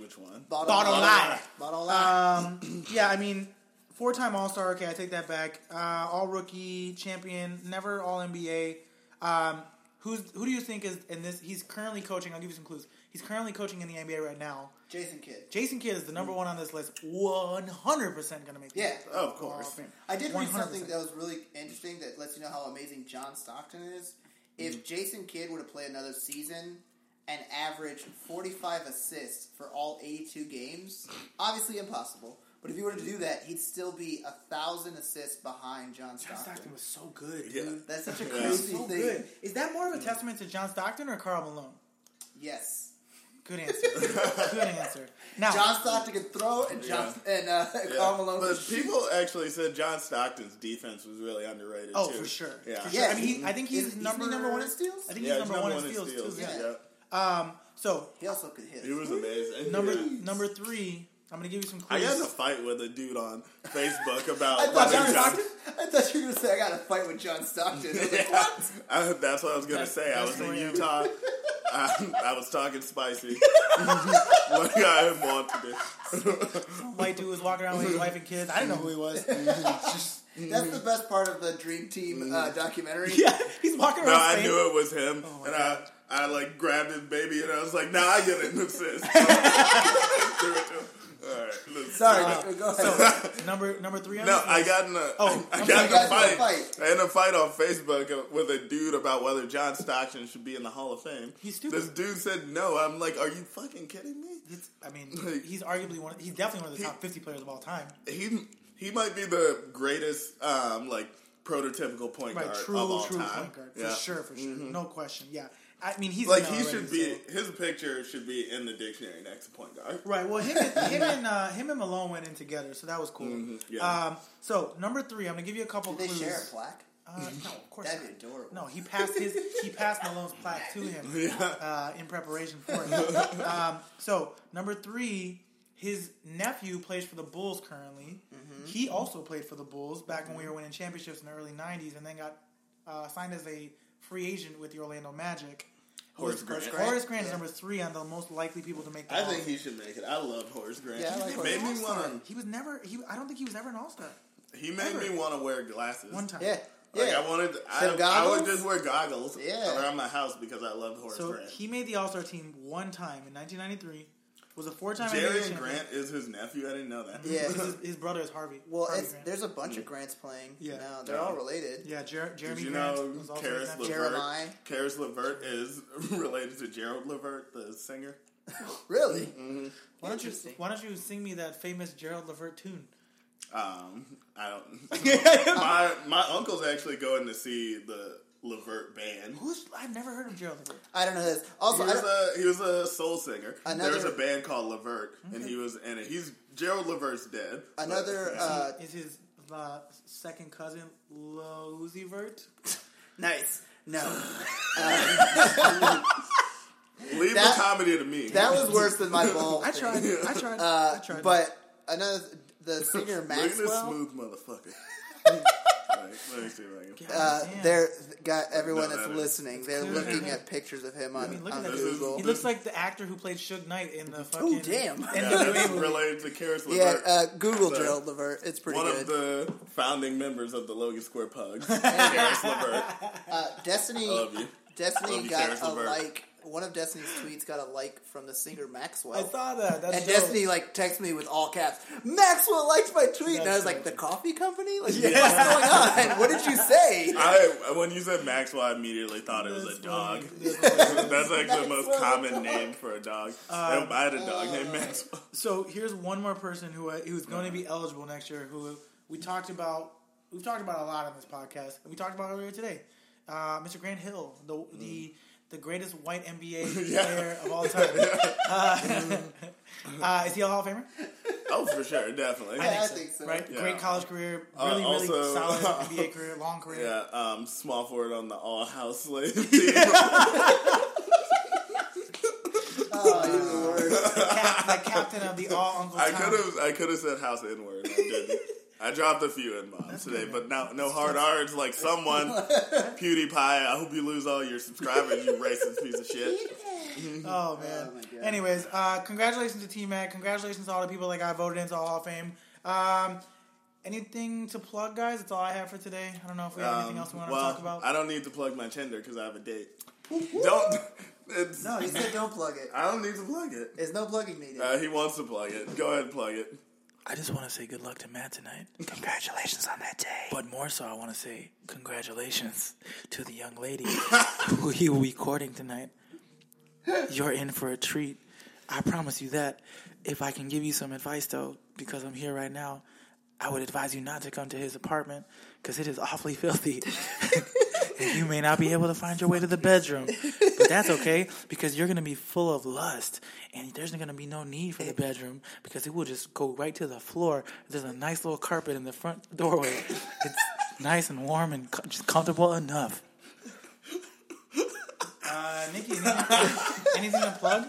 Speaker 1: Which one?
Speaker 2: Bottle line. Uh,
Speaker 3: Bottle line.
Speaker 2: Yeah, I mean, four time All Star. Okay, I take that back. Uh, all rookie champion, never All NBA. Um, who's who do you think is in this? He's currently coaching. I'll give you some clues. He's currently coaching in the NBA right now.
Speaker 3: Jason Kidd.
Speaker 2: Jason Kidd is the number one on this list. One hundred percent gonna make. the
Speaker 3: Yeah.
Speaker 2: Hall
Speaker 1: of course.
Speaker 2: Fame.
Speaker 3: I did read
Speaker 2: 100%.
Speaker 3: something that was really interesting that
Speaker 2: Mm-hmm.
Speaker 3: lets you know how amazing John Stockton is. If Jason Kidd were to play another season and average 45 assists for all 82 games, obviously impossible. But if he were to
Speaker 2: Mm-hmm.
Speaker 3: do that, he'd still be a thousand assists behind John
Speaker 2: John
Speaker 3: Stockton.
Speaker 2: Stockton was so good,
Speaker 1: Yeah.
Speaker 2: dude.
Speaker 3: That's such a
Speaker 1: Yeah.
Speaker 3: crazy
Speaker 2: So
Speaker 3: thing.
Speaker 2: good. Is that more of a testament to John Stockton or Carl Malone?
Speaker 3: Yes.
Speaker 2: Good answer. good answer. Now,
Speaker 3: John Stockton can throw, and John and uh,
Speaker 1: Yeah.
Speaker 3: Karl Malone can
Speaker 1: But
Speaker 3: shoot.
Speaker 1: people actually said John Stockton's defense was really underrated.
Speaker 2: Oh,
Speaker 1: too.
Speaker 2: for sure.
Speaker 1: Yeah.
Speaker 2: For sure.
Speaker 3: Yeah,
Speaker 2: I mean, he, I think he's,
Speaker 3: Isn't he
Speaker 2: number
Speaker 3: number one in steals?
Speaker 2: I think
Speaker 1: Yeah,
Speaker 2: he's number, one in steals, too.
Speaker 1: Yeah.
Speaker 2: Yeah.
Speaker 3: yeah.
Speaker 2: Um. So
Speaker 3: He also could hit.
Speaker 1: He was amazing.
Speaker 2: number
Speaker 1: Yeah.
Speaker 2: number three, I'm gonna give you some
Speaker 1: I
Speaker 2: clues.
Speaker 1: got in a fight with a dude on Facebook
Speaker 3: I
Speaker 1: about
Speaker 3: thought,
Speaker 1: whether
Speaker 3: John
Speaker 1: John.
Speaker 3: Stockton, I thought you were going to say I got in a fight with John Stockton. I was like,
Speaker 1: Yeah.
Speaker 3: what?
Speaker 1: I- that's what I was gonna
Speaker 2: Best-
Speaker 1: say. I
Speaker 2: best
Speaker 1: was in
Speaker 2: story ever.
Speaker 1: Utah. I, I was talking spicy. what I wanted it.
Speaker 2: White dude was walking around with his wife and kids. I didn't know who he was.
Speaker 3: That's the best part of the Dream Team
Speaker 1: Mm-hmm.
Speaker 3: uh, documentary.
Speaker 2: yeah, he's walking
Speaker 1: No,
Speaker 2: around.
Speaker 1: I
Speaker 2: saying,
Speaker 1: knew it was him,
Speaker 2: my
Speaker 1: and I, I like grabbed his baby, and I was like, "Nah, I get an assist." Threw it to him. All right, listen.
Speaker 3: Sorry, go ahead.
Speaker 2: Number number three. on
Speaker 1: No,
Speaker 2: this
Speaker 1: I
Speaker 2: list.
Speaker 1: got in a I
Speaker 2: Oh,
Speaker 1: I
Speaker 2: I'm
Speaker 1: got in
Speaker 3: sorry,
Speaker 1: a
Speaker 3: guys, in a
Speaker 1: fight. I had a fight on Facebook with a dude about whether John Stockton should be in the Hall of Fame.
Speaker 2: He's stupid.
Speaker 1: This dude said no. I'm like, are you fucking kidding me?
Speaker 2: It's, I mean, he's arguably one. He's definitely one of the top 50 players of all time.
Speaker 1: He he might be the greatest, um, like prototypical point
Speaker 2: Right,
Speaker 1: guard uh, of
Speaker 2: true,
Speaker 1: all
Speaker 2: true
Speaker 1: time.
Speaker 2: point guard for
Speaker 1: Yeah. Mm-hmm.
Speaker 2: sure, for sure, no question. Yeah, I mean, he's
Speaker 1: Like
Speaker 2: in
Speaker 1: he
Speaker 2: already,
Speaker 1: should be.
Speaker 2: so-
Speaker 1: His picture should be in the dictionary next to point guard.
Speaker 2: Right. Well, him and him and, uh, him and Malone went in together, so that was cool.
Speaker 1: Mm-hmm. yeah.
Speaker 2: Um, so number three, I'm gonna give you a couple
Speaker 3: Did they
Speaker 2: clues.
Speaker 3: share a plaque?
Speaker 2: uh, no, of course
Speaker 3: That'd be
Speaker 2: not.
Speaker 3: adorable.
Speaker 2: No, he passed his he passed Malone's plaque to him
Speaker 1: Yeah.
Speaker 2: uh, in preparation for it. um, so number three, his nephew plays for the Bulls currently.
Speaker 3: Mm-hmm.
Speaker 2: He also played for the Bulls back when we were winning championships in the early '90s, and then got uh, signed as a free agent with the Orlando Magic.
Speaker 1: Horace
Speaker 2: Horace
Speaker 1: Grant.
Speaker 2: Grant, Horace Grant is
Speaker 3: Yeah.
Speaker 2: number three on the most likely people to make the
Speaker 1: I
Speaker 2: Hall.
Speaker 1: think he should make it. I love Horace Grant.
Speaker 3: Yeah, I like
Speaker 1: he
Speaker 3: Horace
Speaker 1: made
Speaker 2: An
Speaker 1: me
Speaker 2: all-star.
Speaker 1: want.
Speaker 2: He was never. He. I don't think he was ever an all star.
Speaker 1: He made me want to wear glasses.
Speaker 2: One time.
Speaker 3: Yeah. Yeah.
Speaker 1: Like I wanted, I,
Speaker 3: Some
Speaker 1: I would
Speaker 3: goggles?
Speaker 1: just wear goggles
Speaker 3: Yeah.
Speaker 1: around my house because I love Horace
Speaker 2: So
Speaker 1: Grant.
Speaker 2: he made the all star team one time in 1993. Was a four time
Speaker 1: Jerry and Grant is his nephew. I didn't know that.
Speaker 3: Yeah.
Speaker 2: His, his brother is Harvey.
Speaker 3: well,
Speaker 2: Harvey
Speaker 3: it's,
Speaker 2: Grant.
Speaker 3: there's a bunch
Speaker 1: Mm-hmm.
Speaker 3: of Grants playing.
Speaker 2: Yeah.
Speaker 3: Now. They're all related.
Speaker 2: yeah. Jer-
Speaker 1: Did
Speaker 2: Jeremy
Speaker 1: you
Speaker 2: Grant
Speaker 1: know
Speaker 2: was also his
Speaker 1: Karis
Speaker 2: nephew.
Speaker 1: Levert?
Speaker 3: Jeremiah.
Speaker 1: Karis Levert is related to Gerald Levert, the singer.
Speaker 3: Really?
Speaker 2: Why don't you
Speaker 3: Interesting.
Speaker 2: Why don't you sing me that famous Gerald Levert tune?
Speaker 1: Um, I don't. my my uncle's actually going to see the Levert band.
Speaker 2: Who's I've never heard of Gerald Levert.
Speaker 3: I don't know this.
Speaker 1: He
Speaker 3: Also, I
Speaker 1: was
Speaker 3: don't,
Speaker 1: a he was a soul singer. there was a
Speaker 3: Another-
Speaker 1: band called Levert, and he was in it. He's Gerald Levert's dead. but-
Speaker 3: another.
Speaker 1: Yeah.
Speaker 3: Uh,
Speaker 2: Is his uh, second cousin Lozy Vert?
Speaker 3: nice. No.
Speaker 1: Leave
Speaker 3: that-
Speaker 1: the comedy to me.
Speaker 3: That was worse than my ball.
Speaker 2: I tried. I tried.
Speaker 3: Uh,
Speaker 2: I tried.
Speaker 3: but another. The singer
Speaker 1: Look at this
Speaker 3: Maxwell.
Speaker 1: smooth motherfucker. Like, let me see if I can-
Speaker 2: God
Speaker 3: Uh,
Speaker 2: damn.
Speaker 3: they're got everyone
Speaker 1: No,
Speaker 3: that's
Speaker 1: that is-
Speaker 3: listening. They're
Speaker 2: Dude,
Speaker 3: looking
Speaker 2: I-
Speaker 3: at pictures of him on,
Speaker 2: I mean, look
Speaker 3: on
Speaker 2: at that.
Speaker 3: Google.
Speaker 2: He looks like the actor who played Suge Knight in the fucking.
Speaker 3: Oh damn!
Speaker 1: Yeah,
Speaker 2: the
Speaker 1: that's
Speaker 2: Wave.
Speaker 1: related to Karis Levert.
Speaker 3: Yeah, uh, Google
Speaker 1: So,
Speaker 3: Gerald Levert. It's pretty
Speaker 1: one
Speaker 3: good.
Speaker 1: of the founding members of the Logan Square Pugs, Karis Levert.
Speaker 3: uh, Destiny,
Speaker 1: I love you.
Speaker 3: Destiny
Speaker 1: Love you,
Speaker 3: got
Speaker 1: Karis
Speaker 3: a
Speaker 1: Levert.
Speaker 3: like. One of Destiny's tweets got a like from the singer Maxwell.
Speaker 2: I saw that. That's
Speaker 3: and
Speaker 2: dope.
Speaker 3: Destiny like texted me with all caps. Maxwell liked my tweet, and I was
Speaker 2: That's
Speaker 3: like,
Speaker 2: dope.
Speaker 3: "The coffee company? Like, what's going on? What did you say?"
Speaker 1: I when you said Maxwell, I immediately thought it was a dog. That's actually the most
Speaker 3: Maxwell. Uh,
Speaker 1: common name for a dog. I had a dog named Maxwell.
Speaker 2: So here's one more person who uh, who's going to be eligible next year. Who we talked about. We've talked about a lot on this podcast. We talked about earlier today, uh, Mr. Grant Hill, the the the greatest white NBA
Speaker 1: Mm. Yeah.
Speaker 2: player of all time. Uh, uh, is he a Hall of Famer?
Speaker 1: Oh, for sure, definitely.
Speaker 3: Yeah, I think so.
Speaker 2: Right,
Speaker 1: Yeah. Uh,
Speaker 2: great college career, really, really
Speaker 1: also-
Speaker 2: solid NBA career, long career.
Speaker 1: Yeah, um, small forward on the all house list.
Speaker 3: Oh, you're the worst.
Speaker 2: Cap- the captain of the All Uncle
Speaker 1: I
Speaker 2: Tom.
Speaker 1: could have, I could have said house n word. I didn't. I dropped a few n bombs today, but now no hard R's. Like someone, PewDiePie. I hope you lose all your subscribers. You racist piece of shit.
Speaker 2: Oh man.
Speaker 3: Oh, my God.
Speaker 2: Anyways, uh, congratulations to T Mac. Congratulations to all the people that got voted into the Hall of Fame. Um, anything to plug, guys? That's all I have for today. I don't know if we have anything
Speaker 1: Um,
Speaker 2: else we want
Speaker 1: well,
Speaker 2: to talk about.
Speaker 1: I don't need to plug my Tinder because I have a date. don't. It's,
Speaker 3: No, he said don't plug it.
Speaker 1: I don't need to plug it.
Speaker 3: There's no plugging needed.
Speaker 1: Uh, he wants to plug it. Go ahead, and plug it.
Speaker 5: I just want to say good luck to Matt tonight. Congratulations on that day. But more so, I want to say congratulations to the young lady who he will be courting tonight.
Speaker 2: you're in for a treat. I promise you that. If I can give you some advice, though, because I'm here right now, I would advise you not to come to his apartment because it is awfully filthy. and you may not be able to find your way to the bedroom. But that's okay because you're going to be full of lust and there's going to be no need for the bedroom because it will just go right to the floor. There's a nice little carpet in the front doorway. It's nice and warm and co- just comfortable enough.
Speaker 6: Uh, Nikki, anything, anything to plug?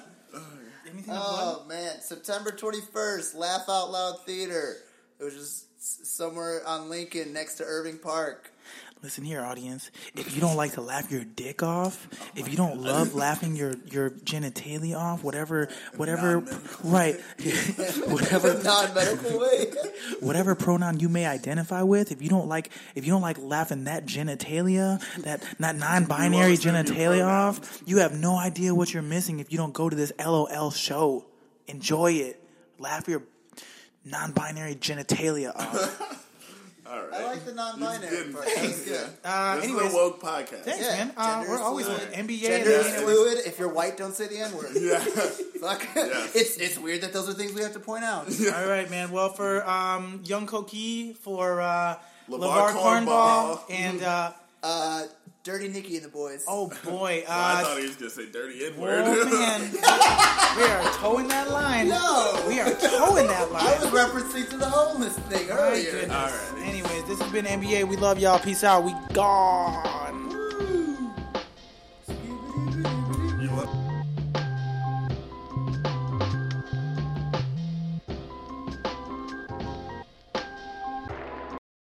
Speaker 6: Anything to plug?
Speaker 3: Oh man, September 21st, Laugh Out Loud Theater. It was just s- somewhere on Lincoln next to Irving Park.
Speaker 2: Listen here, audience. If you don't like to laugh your dick off, if you don't love laughing your, your genitalia off, whatever, whatever, right, whatever,
Speaker 3: Non-medical way.
Speaker 2: whatever pronoun you may identify with, if you don't like, if you don't like laughing that genitalia, that that non-binary
Speaker 1: always gonna be a
Speaker 2: genitalia
Speaker 1: pronoun.
Speaker 2: off, you have no idea what you're missing if you don't go to this LOL show. Enjoy it. Laugh your non-binary genitalia off.
Speaker 1: All right.
Speaker 3: I like the non-binary
Speaker 1: Getting
Speaker 3: part. That was good.
Speaker 6: Uh,
Speaker 1: this
Speaker 6: anyways,
Speaker 1: is a woke podcast.
Speaker 6: thanks,
Speaker 3: Yeah,
Speaker 6: man. Uh,
Speaker 3: gender
Speaker 6: we're
Speaker 3: is
Speaker 6: always
Speaker 3: fluid.
Speaker 6: with NBA.
Speaker 3: Gender
Speaker 6: and
Speaker 3: is
Speaker 6: everything.
Speaker 3: fluid. If you're white, don't say the N word.
Speaker 1: Yeah.
Speaker 3: Fuck. It's it's weird that those are things we have to point out.
Speaker 6: All right, man. Well, for um, Young Koki, for uh,
Speaker 1: LeVar
Speaker 6: LeVar
Speaker 1: Cornball.
Speaker 6: Cornball, and uh,
Speaker 3: Uh, Dirty Nikki and the boys.
Speaker 6: oh boy,
Speaker 1: I
Speaker 6: uh,
Speaker 1: thought he was gonna say dirty N word.
Speaker 6: oh man, we are towing that line.
Speaker 3: No.
Speaker 6: we are towing that
Speaker 3: I was
Speaker 6: line.
Speaker 3: referencing to the homeless thing
Speaker 6: My
Speaker 3: earlier.
Speaker 6: goodness.
Speaker 1: All right.
Speaker 6: Anyways, this has been NBA. We love y'all. Peace out. We gone.